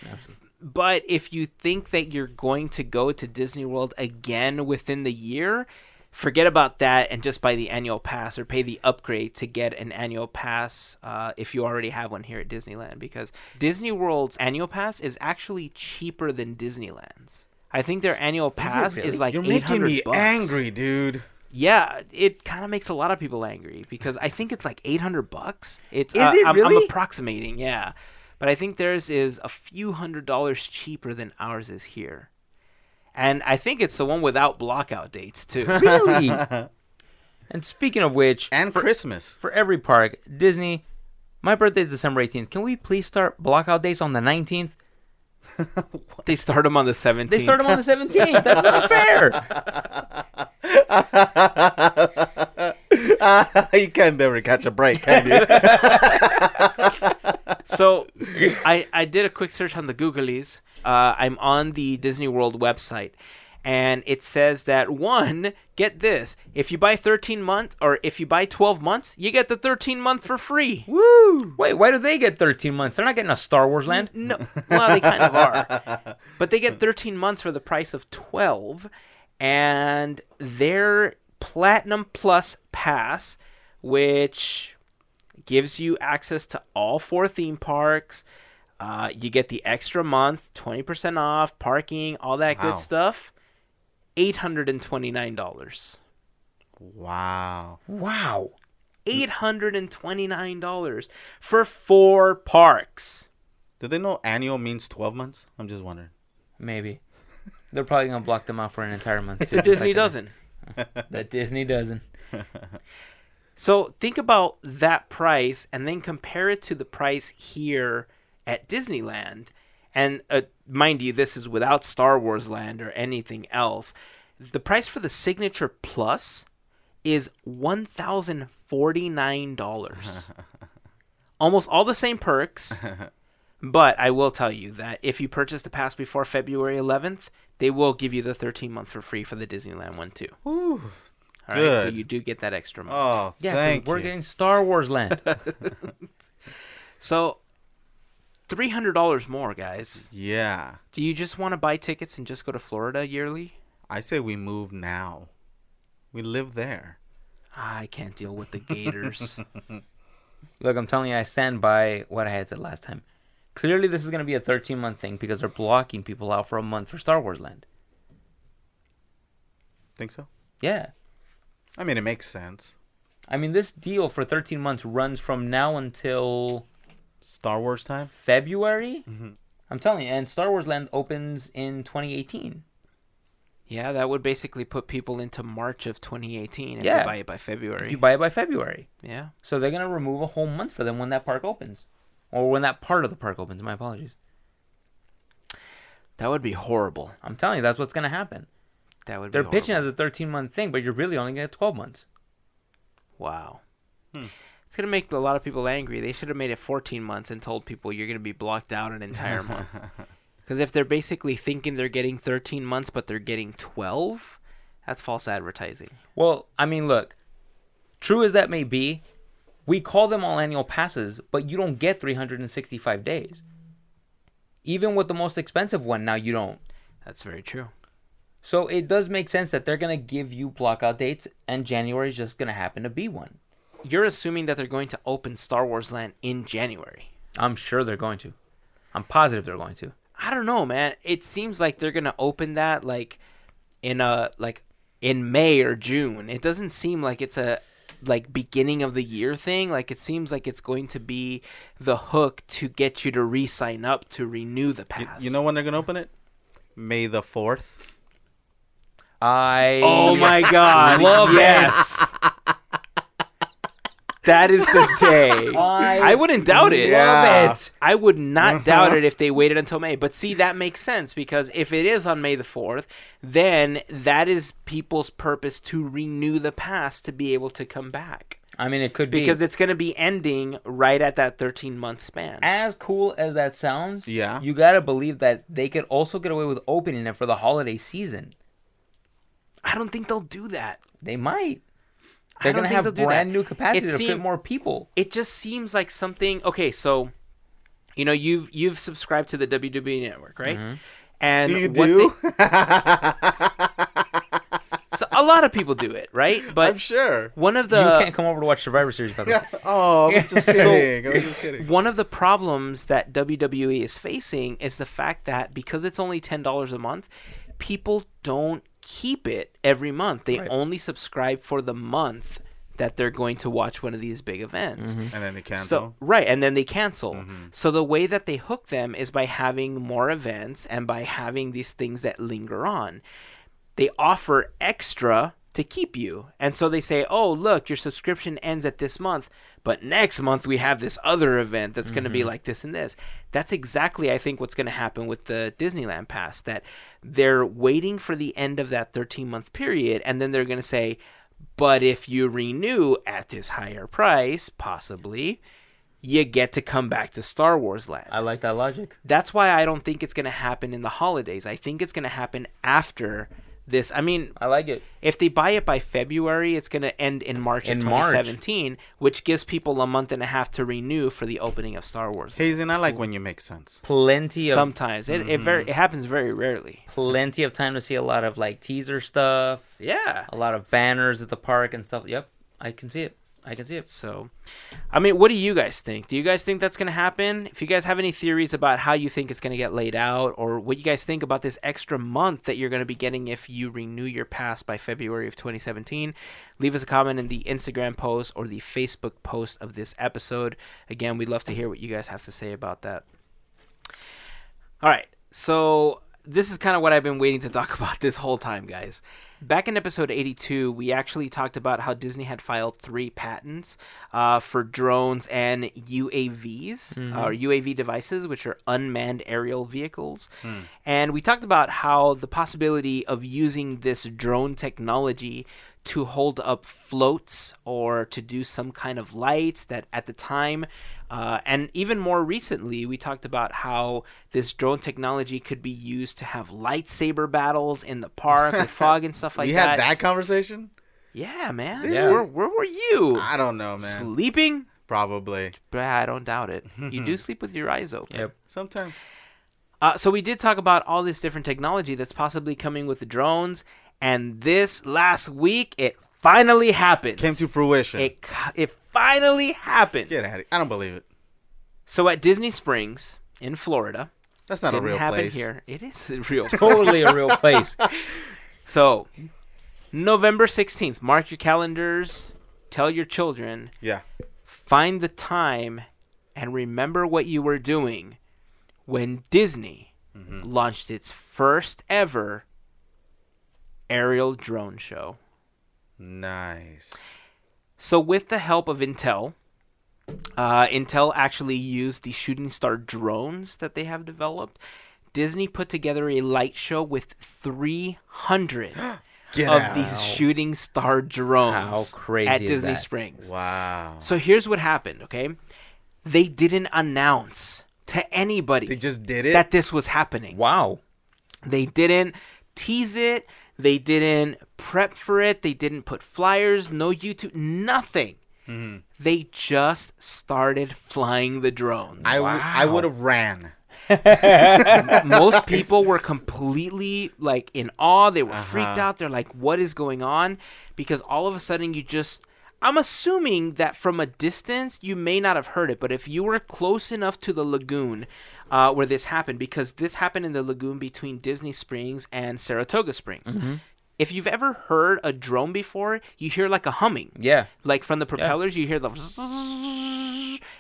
[SPEAKER 1] But if you think that you're going to go to Disney World again within the year, forget about that and just buy the annual pass or pay the upgrade to get an annual pass uh, if you already have one here at Disneyland because Disney World's annual pass is actually cheaper than Disneyland's. I think their annual pass is,
[SPEAKER 4] really?
[SPEAKER 1] like
[SPEAKER 3] You're
[SPEAKER 1] 800
[SPEAKER 3] making me
[SPEAKER 1] bucks.
[SPEAKER 3] angry, dude.
[SPEAKER 1] Yeah, it kind of makes a lot of people angry because I think it's like 800 bucks. It's
[SPEAKER 4] Is
[SPEAKER 1] uh,
[SPEAKER 4] it
[SPEAKER 1] I'm, I'm
[SPEAKER 4] really?
[SPEAKER 1] approximating, yeah. But I think theirs is a few hundred dollars cheaper than ours is here. And I think it's the one without blockout dates too.
[SPEAKER 4] Really? and speaking of which,
[SPEAKER 3] And Christmas.
[SPEAKER 4] for every park, Disney, my birthday is December 18th. Can we please start blockout dates on the 19th?
[SPEAKER 1] they start them on the 17th.
[SPEAKER 4] They start them on the 17th. That's not fair.
[SPEAKER 3] you can never catch a break, can you?
[SPEAKER 1] so I, I did a quick search on the Googlies. Uh, I'm on the Disney World website, and it says that one, get this: if you buy 13 months or if you buy 12 months, you get the 13 month for free.
[SPEAKER 4] Wait, why do they get 13 months? They're not getting a Star Wars land.
[SPEAKER 1] No, well, they kind of are, but they get 13 months for the price of 12, and their Platinum Plus pass, which gives you access to all four theme parks. Uh, you get the extra month, 20% off, parking, all that
[SPEAKER 3] Wow.
[SPEAKER 1] good stuff. $829.
[SPEAKER 3] Wow.
[SPEAKER 4] Wow.
[SPEAKER 1] $829 for four parks.
[SPEAKER 3] Do they know annual means 12 months? I'm just wondering.
[SPEAKER 4] Maybe. They're probably going to block them out for an entire month.
[SPEAKER 1] It's a Disney dozen.
[SPEAKER 4] That Disney doesn't.
[SPEAKER 1] So think about that price and then compare it to the price here at Disneyland. And uh, mind you, this is without Star Wars Land or anything else. The price for the Signature Plus is $1,049. Almost all the same perks. But I will tell you that if you purchase the pass before February 11th, they will give you the 13 month for free for the Disneyland one too. All right, so
[SPEAKER 3] good.
[SPEAKER 1] you do get that extra month.
[SPEAKER 3] Oh,
[SPEAKER 4] Yeah, 'cause
[SPEAKER 3] thank
[SPEAKER 4] we're
[SPEAKER 3] you.
[SPEAKER 4] getting Star Wars land.
[SPEAKER 1] So, three hundred dollars more, guys.
[SPEAKER 3] yeah.
[SPEAKER 1] Do you just want to buy tickets and just go to Florida yearly?
[SPEAKER 3] I say we move now. We live there.
[SPEAKER 1] Ah, I can't deal with the Gators.
[SPEAKER 4] Look, I'm telling you, I stand by what I had said last time. Clearly, this is going to be a 13 month thing because they're blocking people out for a month for Star Wars land.
[SPEAKER 3] Think so?
[SPEAKER 4] Yeah.
[SPEAKER 3] I mean, it makes sense.
[SPEAKER 4] I mean, this deal for 13 months runs from now until
[SPEAKER 3] Star Wars time?
[SPEAKER 4] February.
[SPEAKER 1] Mm-hmm.
[SPEAKER 4] I'm telling you, and Star Wars land opens in 2018.
[SPEAKER 1] yeah, that would basically put people into March of 2018 if
[SPEAKER 4] Yeah.
[SPEAKER 1] you buy it by February.
[SPEAKER 4] If you buy it by February.
[SPEAKER 1] yeah.
[SPEAKER 4] So they're going to remove a whole month for them when that park opens. Or when that part of the park opens. My apologies.
[SPEAKER 1] That would be horrible.
[SPEAKER 4] I'm telling you, that's what's going to happen.
[SPEAKER 1] That would
[SPEAKER 4] They're
[SPEAKER 1] be
[SPEAKER 4] pitching
[SPEAKER 1] horrible.
[SPEAKER 4] as a 13 month thing, but you're really only going to get 12 months.
[SPEAKER 1] Wow.
[SPEAKER 4] Hmm.
[SPEAKER 1] It's going to make a lot of people angry. They should have made it 14 months and told people you're going to be blocked out an entire month. Because if they're basically thinking they're getting 13 months, but they're getting 12, that's false advertising.
[SPEAKER 4] Well, I mean, look, true as that may be, we call them all annual passes, but you don't get 365 days. Even with the most expensive one, now you don't.
[SPEAKER 1] That's very true.
[SPEAKER 4] So it does make sense that they're going to give you blockout dates, and January is just going to happen to be one.
[SPEAKER 1] You're assuming that they're going to open Star Wars Land in January.
[SPEAKER 4] I'm sure they're going to. I'm positive they're going to.
[SPEAKER 1] I don't know, man. It seems like they're going to open that like in a like in May or June. It doesn't seem like it's a like beginning of the year thing. Like it seems like it's going to be the hook to get you to re-sign up to renew the
[SPEAKER 3] You,
[SPEAKER 1] pass.
[SPEAKER 3] you know when they're going to open it? May the 4th.
[SPEAKER 4] I
[SPEAKER 1] Oh my god.
[SPEAKER 4] Love it.
[SPEAKER 1] yes. that is the day. I wouldn't doubt it.
[SPEAKER 3] Yeah.
[SPEAKER 4] it.
[SPEAKER 1] I would not doubt it if they waited until May. But see, that makes sense because if it is on May the 4th, then that is people's purpose to renew the pass to be able to come back
[SPEAKER 4] I mean, it could be
[SPEAKER 1] because it's going to be ending right at that 13 month span.
[SPEAKER 4] as cool as that sounds,
[SPEAKER 3] Yeah.
[SPEAKER 4] you gotta believe that they could also get away with opening it for the holiday season.
[SPEAKER 1] I don't think they'll do that.
[SPEAKER 4] They might.
[SPEAKER 1] I
[SPEAKER 4] They're
[SPEAKER 1] don't
[SPEAKER 4] gonna
[SPEAKER 1] think
[SPEAKER 4] have
[SPEAKER 1] they'll do
[SPEAKER 4] brand
[SPEAKER 1] that.
[SPEAKER 4] new capacity
[SPEAKER 1] It
[SPEAKER 4] to fit
[SPEAKER 1] seem-
[SPEAKER 4] more people.
[SPEAKER 1] It just seems like something. Okay, so you know you've you've subscribed to the WWE network, right?
[SPEAKER 4] Mm-hmm.
[SPEAKER 1] And
[SPEAKER 3] You
[SPEAKER 1] what
[SPEAKER 3] do?
[SPEAKER 1] they- so a lot of people do it, right? But
[SPEAKER 3] I'm sure.
[SPEAKER 1] one of the
[SPEAKER 4] you can't come over to watch Survivor Series, by the way.
[SPEAKER 3] Oh, I'm just kidding. I'm just kidding.
[SPEAKER 1] One of the problems that WWE is facing is the fact that because it's only ten dollars a month, people don't keep it every month. They only subscribe for the month that they're going to watch one of these big events.
[SPEAKER 4] Mm-hmm.
[SPEAKER 3] And then they cancel.
[SPEAKER 1] So right, and then they cancel. So the way that they hook them is by having more events and by having these things that linger on. They offer extra to keep you. And so they say, "Oh, look, your subscription ends at this month, but next month we have this other event that's going to be like this and this." That's exactly I think what's going to happen with the Disneyland pass that they're waiting for the end of that 13-month period and then they're going to say, but if you renew at this higher price, possibly, you get to come back to Star Wars Land.
[SPEAKER 4] I like that logic.
[SPEAKER 1] That's why I don't think it's going to happen in the holidays. I think it's going to happen after this. I mean,
[SPEAKER 4] I like it.
[SPEAKER 1] if they buy it by February, it's going to end in March of
[SPEAKER 4] In March.
[SPEAKER 1] 2017, which gives people a month and a half to renew for the opening of Star Wars.
[SPEAKER 3] Hazen, I like when you make sense.
[SPEAKER 4] Plenty of
[SPEAKER 1] Sometimes it, it
[SPEAKER 4] mm-hmm.
[SPEAKER 1] very it happens very rarely.
[SPEAKER 4] plenty of time to see a lot of like teaser stuff,
[SPEAKER 1] Yeah.
[SPEAKER 4] a lot of banners at the park and stuff. Yep, I can see it. I can see it.
[SPEAKER 1] So, I mean, what do you guys think? Do you guys think that's going to happen? If you guys have any theories about how you think it's going to get laid out, or what you guys think about this extra month that you're going to be getting if you renew your pass by February of 2017, leave us a comment in the Instagram post or the Facebook post of this episode. Again, we'd love to hear what you guys have to say about that. All right. So this is kind of what I've been waiting to talk about this whole time, guys. Back in episode 82, we actually talked about how Disney had filed three patents uh, for drones and UAVs, or UAV devices, which are unmanned aerial vehicles. And we talked about how the possibility of using this drone technology to hold up floats or to do some kind of lights that at the time uh, and even more recently we talked about how this drone technology could be used to have lightsaber battles in the park with fog and stuff like
[SPEAKER 3] we
[SPEAKER 1] that.
[SPEAKER 3] had that conversation?
[SPEAKER 1] yeah man
[SPEAKER 4] Yeah.
[SPEAKER 1] Where, where were you
[SPEAKER 3] I don't know, man.
[SPEAKER 1] sleeping
[SPEAKER 3] Probably.
[SPEAKER 1] Bruh, i don't doubt it you do sleep with your eyes open
[SPEAKER 4] Yep.
[SPEAKER 3] Sometimes.
[SPEAKER 1] Uh, so we did talk about all this different technology that's possibly coming with the drones and this last week it finally happened
[SPEAKER 3] Came to fruition.
[SPEAKER 1] it co- it finally happened.
[SPEAKER 3] Get out of here. I don't believe it.
[SPEAKER 1] So at Disney Springs in Florida,
[SPEAKER 3] That's not a
[SPEAKER 1] didn't
[SPEAKER 3] real
[SPEAKER 1] happen
[SPEAKER 3] place.
[SPEAKER 1] here. It is a real.
[SPEAKER 4] Totally a real place.
[SPEAKER 1] so November sixteenth, mark your calendars. Tell your children,
[SPEAKER 3] Yeah.
[SPEAKER 1] find the time, and remember what you were doing when Disney
[SPEAKER 3] Mm-hmm.
[SPEAKER 1] launched its first ever aerial drone show.
[SPEAKER 3] Nice.
[SPEAKER 1] So, with the help of Intel, uh, Intel actually used the shooting star drones that they have developed. Disney put together a light show with 300
[SPEAKER 3] Get
[SPEAKER 1] of
[SPEAKER 3] out.
[SPEAKER 1] these shooting star drones
[SPEAKER 4] How crazy
[SPEAKER 1] at
[SPEAKER 4] is
[SPEAKER 1] Disney
[SPEAKER 4] that?
[SPEAKER 1] Springs.
[SPEAKER 3] wow.
[SPEAKER 1] So, here's what happened, okay? They didn't announce to anybody
[SPEAKER 3] They just did it.
[SPEAKER 1] that this was happening.
[SPEAKER 4] Wow.
[SPEAKER 1] They didn't tease it. They didn't prep for it. They didn't put flyers, no YouTube, nothing. They just started flying the drones.
[SPEAKER 3] I, w- I would have ran.
[SPEAKER 1] Most people were completely like in awe. They
[SPEAKER 4] Uh-huh.
[SPEAKER 1] were freaked out. They're like, what is going on? Because all of a sudden you just. I'm assuming that from a distance you may not have heard it, but if you were close enough to the lagoon uh, where this happened, because this happened in the lagoon between Disney Springs and Saratoga Springs.
[SPEAKER 4] Mm-hmm.
[SPEAKER 1] If you've ever heard a drone before, you hear like a humming.
[SPEAKER 4] Yeah.
[SPEAKER 1] Like from the propellers, you hear the.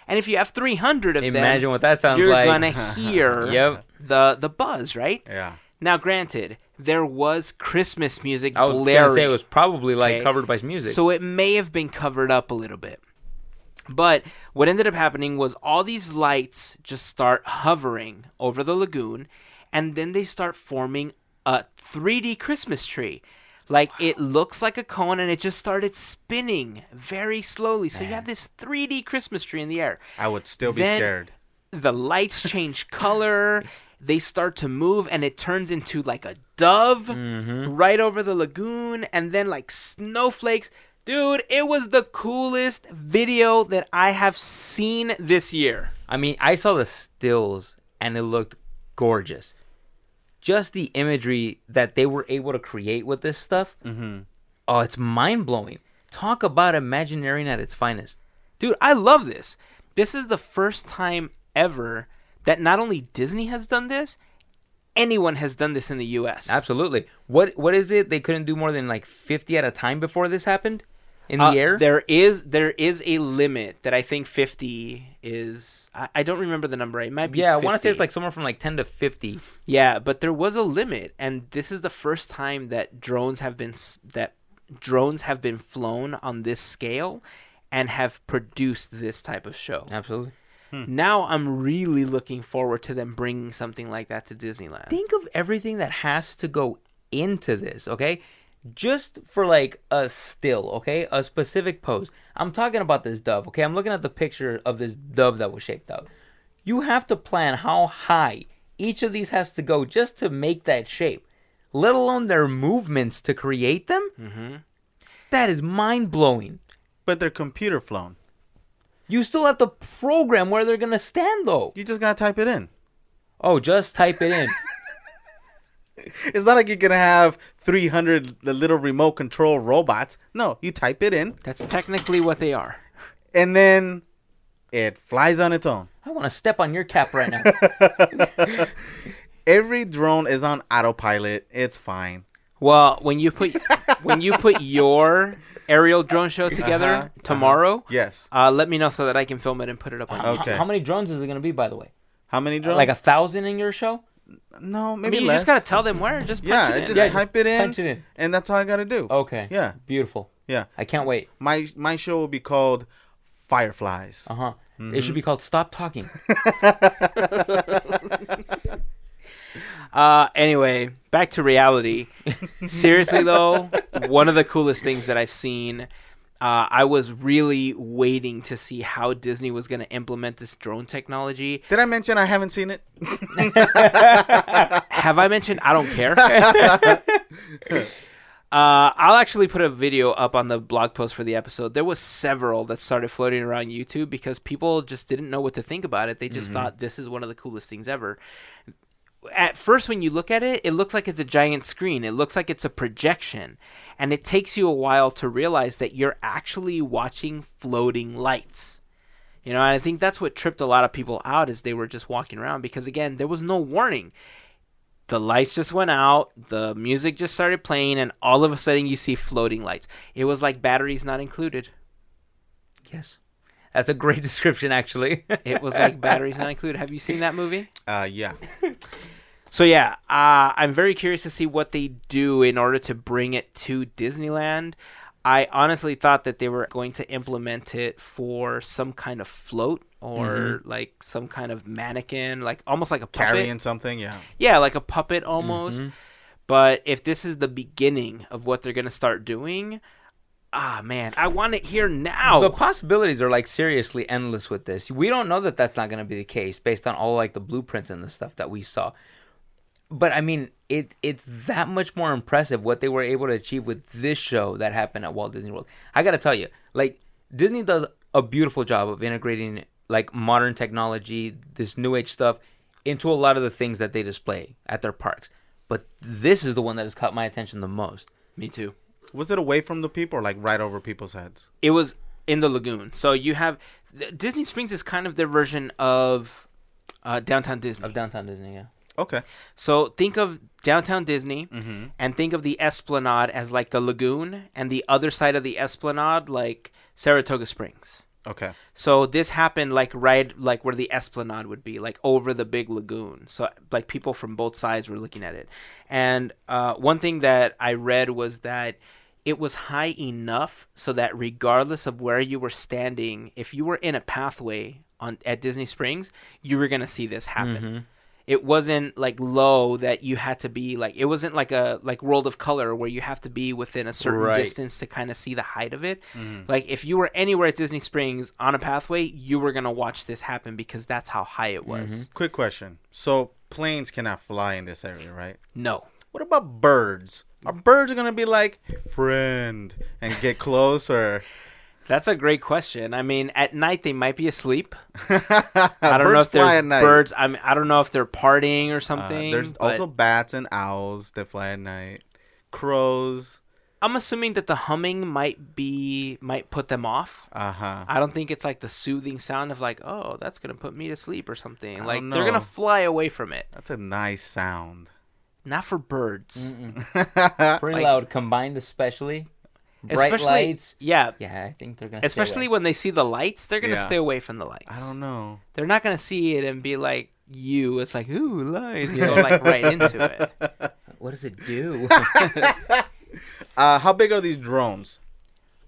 [SPEAKER 1] And if you have 300 of them,
[SPEAKER 4] Imagine what that sounds
[SPEAKER 1] you're
[SPEAKER 4] like.
[SPEAKER 1] gonna hear
[SPEAKER 4] Yep.
[SPEAKER 1] the the buzz, right?
[SPEAKER 3] Yeah.
[SPEAKER 1] Now, granted, there was Christmas music
[SPEAKER 4] I was
[SPEAKER 1] blaring,
[SPEAKER 4] gonna say it was probably like
[SPEAKER 1] Okay.
[SPEAKER 4] covered by music.
[SPEAKER 1] so it may have been covered up a little bit. But what ended up happening was all these lights just start hovering over the lagoon, and then they start forming a 3D Christmas tree. Like it looks like a cone, and it just started spinning very slowly. So you have this 3D Christmas tree in the air
[SPEAKER 3] I would still be
[SPEAKER 1] Then-
[SPEAKER 3] scared.
[SPEAKER 1] the lights change color they start to move and it turns into like a dove
[SPEAKER 4] Mm-hmm.
[SPEAKER 1] right over the lagoon and then like snowflakes dude it was the coolest video that i have seen this year
[SPEAKER 4] I mean, I saw the stills and it looked gorgeous. Just the imagery that they were able to create with this stuff. Mm-hmm. Oh, it's mind blowing. Talk about Imagineering at its finest.
[SPEAKER 1] dude i love this this is the first time ever that not only disney has done this anyone has done this in the us
[SPEAKER 4] Absolutely. What What is it? They couldn't do more than like fifty at a time before this happened in the
[SPEAKER 1] Uh,
[SPEAKER 4] air.
[SPEAKER 1] There is there is a limit that I think fifty is. I, I don't remember the number. It might be.
[SPEAKER 4] yeah, I want to
[SPEAKER 1] 50.
[SPEAKER 4] say it's like somewhere from like ten to fifty.
[SPEAKER 1] Yeah, but there was a limit, and this is the first time that drones have been s- that drones have been flown on this scale and have produced this type of show.
[SPEAKER 4] Absolutely.
[SPEAKER 3] Hmm.
[SPEAKER 1] Now I'm really looking forward to them bringing something like that to Disneyland.
[SPEAKER 4] Think of everything that has to go into this. Okay, just for like a still, okay, a specific pose. I'm talking about this dove, okay. I'm looking at the picture of this dove that was shaped out. You have to plan how high each of these has to go just to make that shape, let alone their movements to create them. Mm-hmm. is mind blowing.
[SPEAKER 3] But they're computer flown.
[SPEAKER 4] You still have to program where they're gonna stand though.
[SPEAKER 3] You just gotta type it in.
[SPEAKER 4] Oh, just type it in.
[SPEAKER 3] It's not like you're gonna have 300 the little remote control robots. No, you type it in,
[SPEAKER 1] That's technically what they are.
[SPEAKER 3] and then it flies on its own.
[SPEAKER 4] I want to step on your cap right now.
[SPEAKER 3] Every drone is on autopilot. It's fine.
[SPEAKER 1] Well, when you put when you put your aerial drone show together
[SPEAKER 3] Uh-huh, uh-huh.
[SPEAKER 1] tomorrow,
[SPEAKER 3] Yes.
[SPEAKER 1] uh, let me know so that I can film it and put it up on.
[SPEAKER 4] H-
[SPEAKER 1] YouTube.
[SPEAKER 3] Okay.
[SPEAKER 4] How, many drones is it gonna be, by the way?
[SPEAKER 3] How many drones?
[SPEAKER 4] Like a thousand in your show?
[SPEAKER 3] no,
[SPEAKER 1] I
[SPEAKER 3] maybe
[SPEAKER 1] mean, you
[SPEAKER 3] less.
[SPEAKER 1] just gotta tell them where. Just punch
[SPEAKER 3] yeah,
[SPEAKER 1] it
[SPEAKER 3] I
[SPEAKER 1] in.
[SPEAKER 3] just
[SPEAKER 4] Yeah,
[SPEAKER 3] type it in,
[SPEAKER 4] punch it in. Oh.
[SPEAKER 3] and that's all I gotta do.
[SPEAKER 4] Okay.
[SPEAKER 3] Yeah.
[SPEAKER 4] Beautiful.
[SPEAKER 3] Yeah.
[SPEAKER 4] I can't wait.
[SPEAKER 3] My my show will be called Fireflies.
[SPEAKER 4] Uh huh. It
[SPEAKER 3] Mm-hmm.
[SPEAKER 4] should be called "Stop Talking."
[SPEAKER 1] Uh, anyway, back to reality. Seriously, though, one of the coolest things that I've seen. Uh, I was really waiting to see how Disney was going to implement this drone technology.
[SPEAKER 3] Did I mention I haven't seen it?
[SPEAKER 1] Have I mentioned? I don't care. uh, I'll actually put a video up on the blog post for the episode. There was several that started floating around YouTube because people just didn't know what to think about it. They just thought this is one of the coolest things ever. at first when you look at it it looks like it's a giant screen it looks like it's a projection and it takes you a while to realize that you're actually watching floating lights you know and i think that's what tripped a lot of people out as they were just walking around because again there was no warning the lights just went out the music just started playing and all of a sudden you see floating lights it was like batteries not included
[SPEAKER 4] yes. That's a great description, actually.
[SPEAKER 1] it was like batteries not included have you seen that movie
[SPEAKER 3] Uh, yeah.
[SPEAKER 1] So yeah, uh, I'm very curious to see what they do in order to bring it to Disneyland. I honestly thought that they were going to implement it for some kind of float or like some kind of mannequin, like almost like a puppet.
[SPEAKER 3] Carrying something. Yeah.
[SPEAKER 1] Yeah, like a puppet almost.
[SPEAKER 4] Mm-hmm.
[SPEAKER 1] But if this is the beginning of what they're going to start doing, ah man, I want it here now.
[SPEAKER 4] The possibilities are like seriously endless with this. We don't know that that's not going to be the case based on all like the blueprints and the stuff that we saw. But I mean, it it's that much more impressive what they were able to achieve with this show that happened at Walt Disney World. I got to tell you, like Disney does a beautiful job of integrating like modern technology, this new age stuff into a lot of the things that they display at their parks. But this is the one that has caught my attention the most.
[SPEAKER 1] Me too.
[SPEAKER 3] Was it away from the people or like right over people's heads?
[SPEAKER 1] it was in the lagoon. So you have th- Disney Springs is kind of their version of uh, downtown Disney.
[SPEAKER 4] Of downtown Disney, yeah.
[SPEAKER 3] Okay.
[SPEAKER 1] so think of downtown Disney
[SPEAKER 4] Mm-hmm.
[SPEAKER 1] and think of the Esplanade as like the lagoon, and the other side of the Esplanade like Saratoga Springs.
[SPEAKER 3] Okay.
[SPEAKER 1] So this happened like right like where the esplanade would be, like over the big lagoon. So like people from both sides were looking at it. And uh, one thing that I read was that it was high enough so that regardless of where you were standing, if you were in a pathway on at Disney Springs, you were gonna see this happen. It wasn't like low that you had to be like it wasn't like a like World of Color where you have to be within a certain
[SPEAKER 4] Right.
[SPEAKER 1] distance distance to kind of see the height of it.
[SPEAKER 3] Mm-hmm.
[SPEAKER 1] Like if you were anywhere at Disney Springs on a pathway, you were gonna watch this happen because that's how high it was.
[SPEAKER 3] Quick question. So planes cannot fly in this area, right?
[SPEAKER 1] No,
[SPEAKER 3] What about birds? Are birds gonna be like friend and get close or
[SPEAKER 1] that's a great question. I mean, at night they might be asleep. I
[SPEAKER 3] I
[SPEAKER 1] don't
[SPEAKER 3] Uh, birds
[SPEAKER 1] know if
[SPEAKER 3] fly
[SPEAKER 1] there's
[SPEAKER 3] at night.
[SPEAKER 1] birds. I mean, I don't know if they're partying or
[SPEAKER 3] Uh,
[SPEAKER 1] something.
[SPEAKER 3] there's
[SPEAKER 1] but
[SPEAKER 3] also bats and owls that fly at night. Crows.
[SPEAKER 1] I'm assuming that the humming might be might put them off.
[SPEAKER 3] Uh huh.
[SPEAKER 1] I don't think it's like the soothing sound of like, oh, that's gonna put me to sleep or something.
[SPEAKER 3] don't
[SPEAKER 1] Like they're gonna
[SPEAKER 3] know.
[SPEAKER 1] fly away from it.
[SPEAKER 3] That's a nice sound.
[SPEAKER 1] Not for birds,
[SPEAKER 4] Pretty
[SPEAKER 1] Like-
[SPEAKER 4] loud, combined especially. Bright
[SPEAKER 1] especially
[SPEAKER 4] lights.
[SPEAKER 1] yeah,
[SPEAKER 4] Yeah, I think they're gonna. stay
[SPEAKER 1] especially
[SPEAKER 4] away.
[SPEAKER 1] when they see the lights they're gonna
[SPEAKER 3] Yeah.
[SPEAKER 1] stay away from the lights
[SPEAKER 3] I don't know.
[SPEAKER 1] they're not gonna see it and be like you it's like ooh lights you go like right into it
[SPEAKER 4] What does it do?
[SPEAKER 3] Uh, how big are these drones?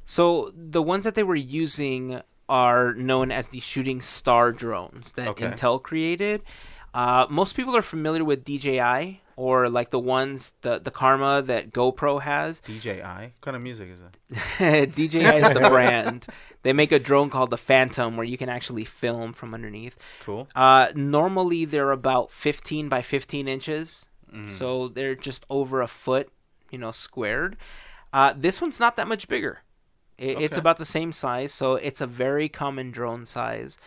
[SPEAKER 1] so the ones that they were using are known as the shooting star drones that
[SPEAKER 3] Okay.
[SPEAKER 1] intel created uh, most people are familiar with dji or like the ones the the karma that GoPro has.
[SPEAKER 3] DJI? What kind of music is that?
[SPEAKER 1] DJI is the brand. They make a drone called the Phantom where you can actually film from underneath.
[SPEAKER 3] Cool.
[SPEAKER 1] Uh, normally they're about 15 by 15 inches, so they're just over a foot, you know, squared. Uh, this one's not that much bigger. It, It's
[SPEAKER 3] Okay.
[SPEAKER 1] about the same size, so it's a very common drone size.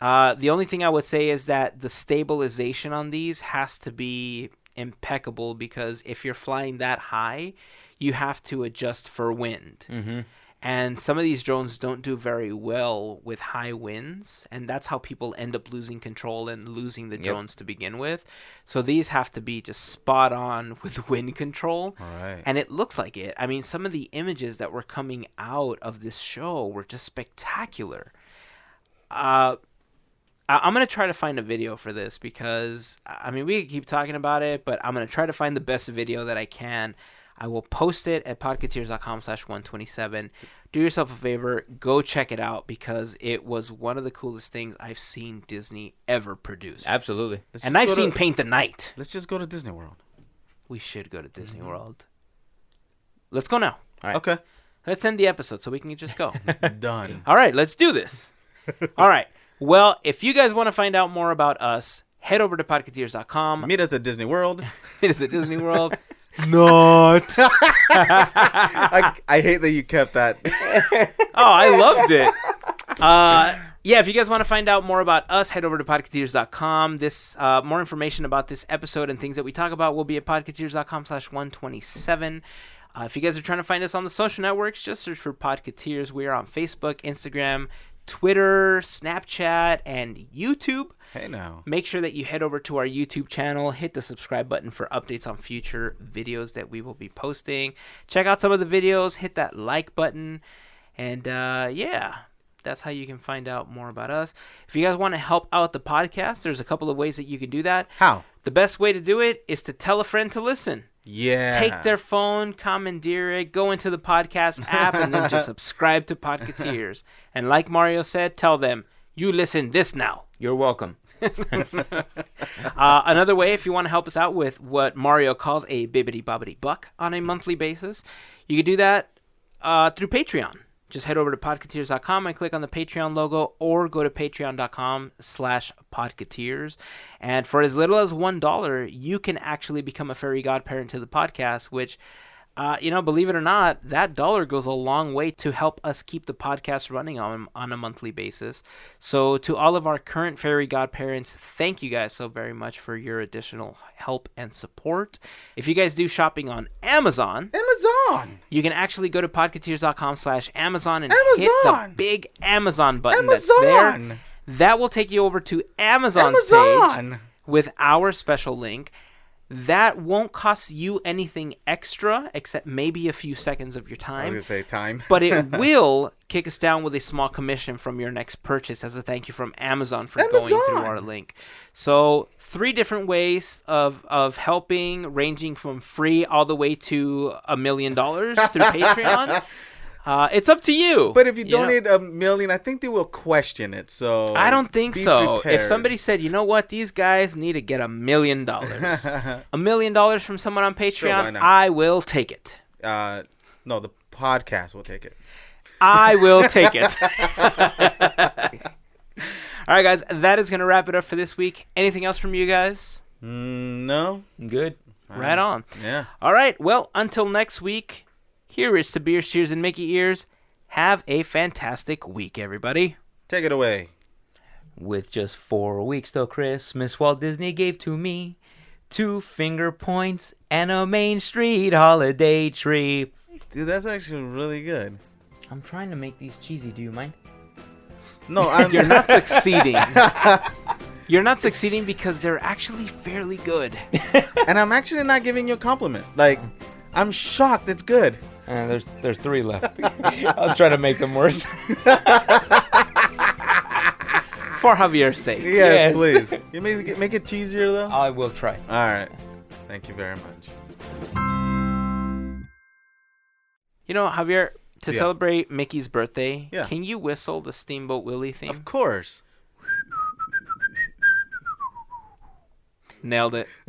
[SPEAKER 1] Uh, the only thing I would say is that the stabilization on these has to be impeccable because if you're flying that high, you have to adjust for wind. Mm-hmm. And some of these drones don't do very well with high winds, and that's how people end up losing control and losing the drones to begin with. So these have to be just spot on with wind control.
[SPEAKER 3] right.
[SPEAKER 1] And it looks like it. I mean, some of the images that were coming out of this show were just spectacular. Uh, I- I'm gonna try to find a video for this because I I mean we could keep talking about it, but I'm gonna try to find the best video that I can. I will post it at podcateers.com slash 127. Do yourself a favor, go check it out because it was one of the coolest things I've seen Disney ever produce.
[SPEAKER 4] Absolutely.
[SPEAKER 3] Let's
[SPEAKER 1] And
[SPEAKER 3] just
[SPEAKER 1] I've
[SPEAKER 3] go to-
[SPEAKER 1] seen Paint the Night.
[SPEAKER 3] Let's just go to Disney World.
[SPEAKER 1] We should go to Disney World. Let's go now.
[SPEAKER 3] Okay.
[SPEAKER 1] Let's end the episode so we can just go.
[SPEAKER 3] Done.
[SPEAKER 1] All right, let's do this. All right. Well, if you guys want to find out more about us, head over to podcateers.com.
[SPEAKER 3] Meet us at Disney World.
[SPEAKER 1] It is at Disney World.
[SPEAKER 3] Not. I, I hate that you kept that.
[SPEAKER 1] Oh, I loved it. Uh, yeah, if you guys want to find out more about us, head over to podcateers.com. This uh, more information about this episode and things that we talk about will be at podcateers.com slash 127. Uh, if you guys are trying to find us on the social networks, just search for Podcateers. We are on Facebook, Instagram, Twitter, Snapchat, and YouTube.
[SPEAKER 3] Hey now.
[SPEAKER 1] Make sure that you head over to our YouTube channel, hit the subscribe button for updates on future videos that we will be posting. Check out some of the videos, hit that like button, and uh, yeah, that's how you can find out more about us. If you guys want to help out the podcast, there's a couple of ways that you can do that.
[SPEAKER 3] How?
[SPEAKER 1] The best way to do it is to tell a friend to listen.
[SPEAKER 3] Yeah.
[SPEAKER 1] Take their phone, commandeer it, go into the podcast app, and then just subscribe to Podcateers. And like Mario said, tell them, you listen this now.
[SPEAKER 4] You're welcome.
[SPEAKER 1] Uh, another way, if you want to help us out with what Mario calls a bibbity bobbity buck on a monthly basis, you can do that uh, through Patreon. Just head over to podcateers.com and click on the Patreon logo or go to patreon.com slash podcateers. And for as little as $1, you can actually become a fairy godparent to the podcast, which, uh, you know, believe it or not, that dollar goes a long way to help us keep the podcast running on, on a monthly basis. So, to all of our current fairy godparents, thank you guys so very much for your additional help and support. If you guys do shopping on Amazon,
[SPEAKER 3] Amazon.
[SPEAKER 1] you can actually go to podcateers.com slash Amazon and hit the
[SPEAKER 3] Amazon!
[SPEAKER 1] big Amazon button that's there.
[SPEAKER 3] Amazon.
[SPEAKER 1] That will take you over to Amazon's page
[SPEAKER 3] Amazon.
[SPEAKER 1] with our special link. That won't cost you anything extra except maybe a few seconds of your
[SPEAKER 3] I was
[SPEAKER 1] time
[SPEAKER 3] gonna say time.
[SPEAKER 1] but it will kick us down with a small commission from your next purchase as a thank you from Amazon for going through
[SPEAKER 3] Amazon!
[SPEAKER 1] our link. So three different ways of of helping, ranging from free all the way to a million dollars through Patreon. Uh, it's up to you.
[SPEAKER 3] But if you,
[SPEAKER 1] know?
[SPEAKER 3] donate a million, I think they will question it. So
[SPEAKER 1] I don't think
[SPEAKER 3] be
[SPEAKER 1] so. If
[SPEAKER 3] prepared.
[SPEAKER 1] somebody said, you know what, these guys need to get a million dollars, a million dollars from someone on Patreon,
[SPEAKER 3] why not?
[SPEAKER 1] I will take it.
[SPEAKER 3] uh, no, the podcast will take it.
[SPEAKER 1] I will take it. All right, guys, that is going to wrap it up for this week. Anything else from you guys?
[SPEAKER 3] Mm, no,
[SPEAKER 4] Good.
[SPEAKER 1] Right on.
[SPEAKER 3] yeah.
[SPEAKER 1] All right, well, until next week, here is to Beers, Cheers, and Mickey Ears. Have a fantastic week, everybody.
[SPEAKER 3] Take it away.
[SPEAKER 4] With just four weeks till Christmas, Walt Disney gave to me two finger points and a Main Street holiday tree.
[SPEAKER 3] Dude, that's actually really good.
[SPEAKER 4] I'm trying to make these cheesy. Do you mind?
[SPEAKER 3] No, I'm
[SPEAKER 1] You're not succeeding. You're not succeeding because they're actually fairly good.
[SPEAKER 3] and I'm actually not giving you a compliment. Like, I'm shocked. It's good.
[SPEAKER 4] Uh, there's there's three left. I'll try to make them worse.
[SPEAKER 1] For Javier's sake.
[SPEAKER 3] Yes,
[SPEAKER 4] Yes.
[SPEAKER 3] please. You make it, make it cheesier though.
[SPEAKER 4] I will try.
[SPEAKER 3] All right. Thank you very much.
[SPEAKER 1] You know, Javier, to
[SPEAKER 3] Yeah.
[SPEAKER 1] celebrate Mickey's birthday,
[SPEAKER 3] Yeah.
[SPEAKER 1] can you whistle the Steamboat Willie theme?
[SPEAKER 3] Of course.
[SPEAKER 1] Nailed it.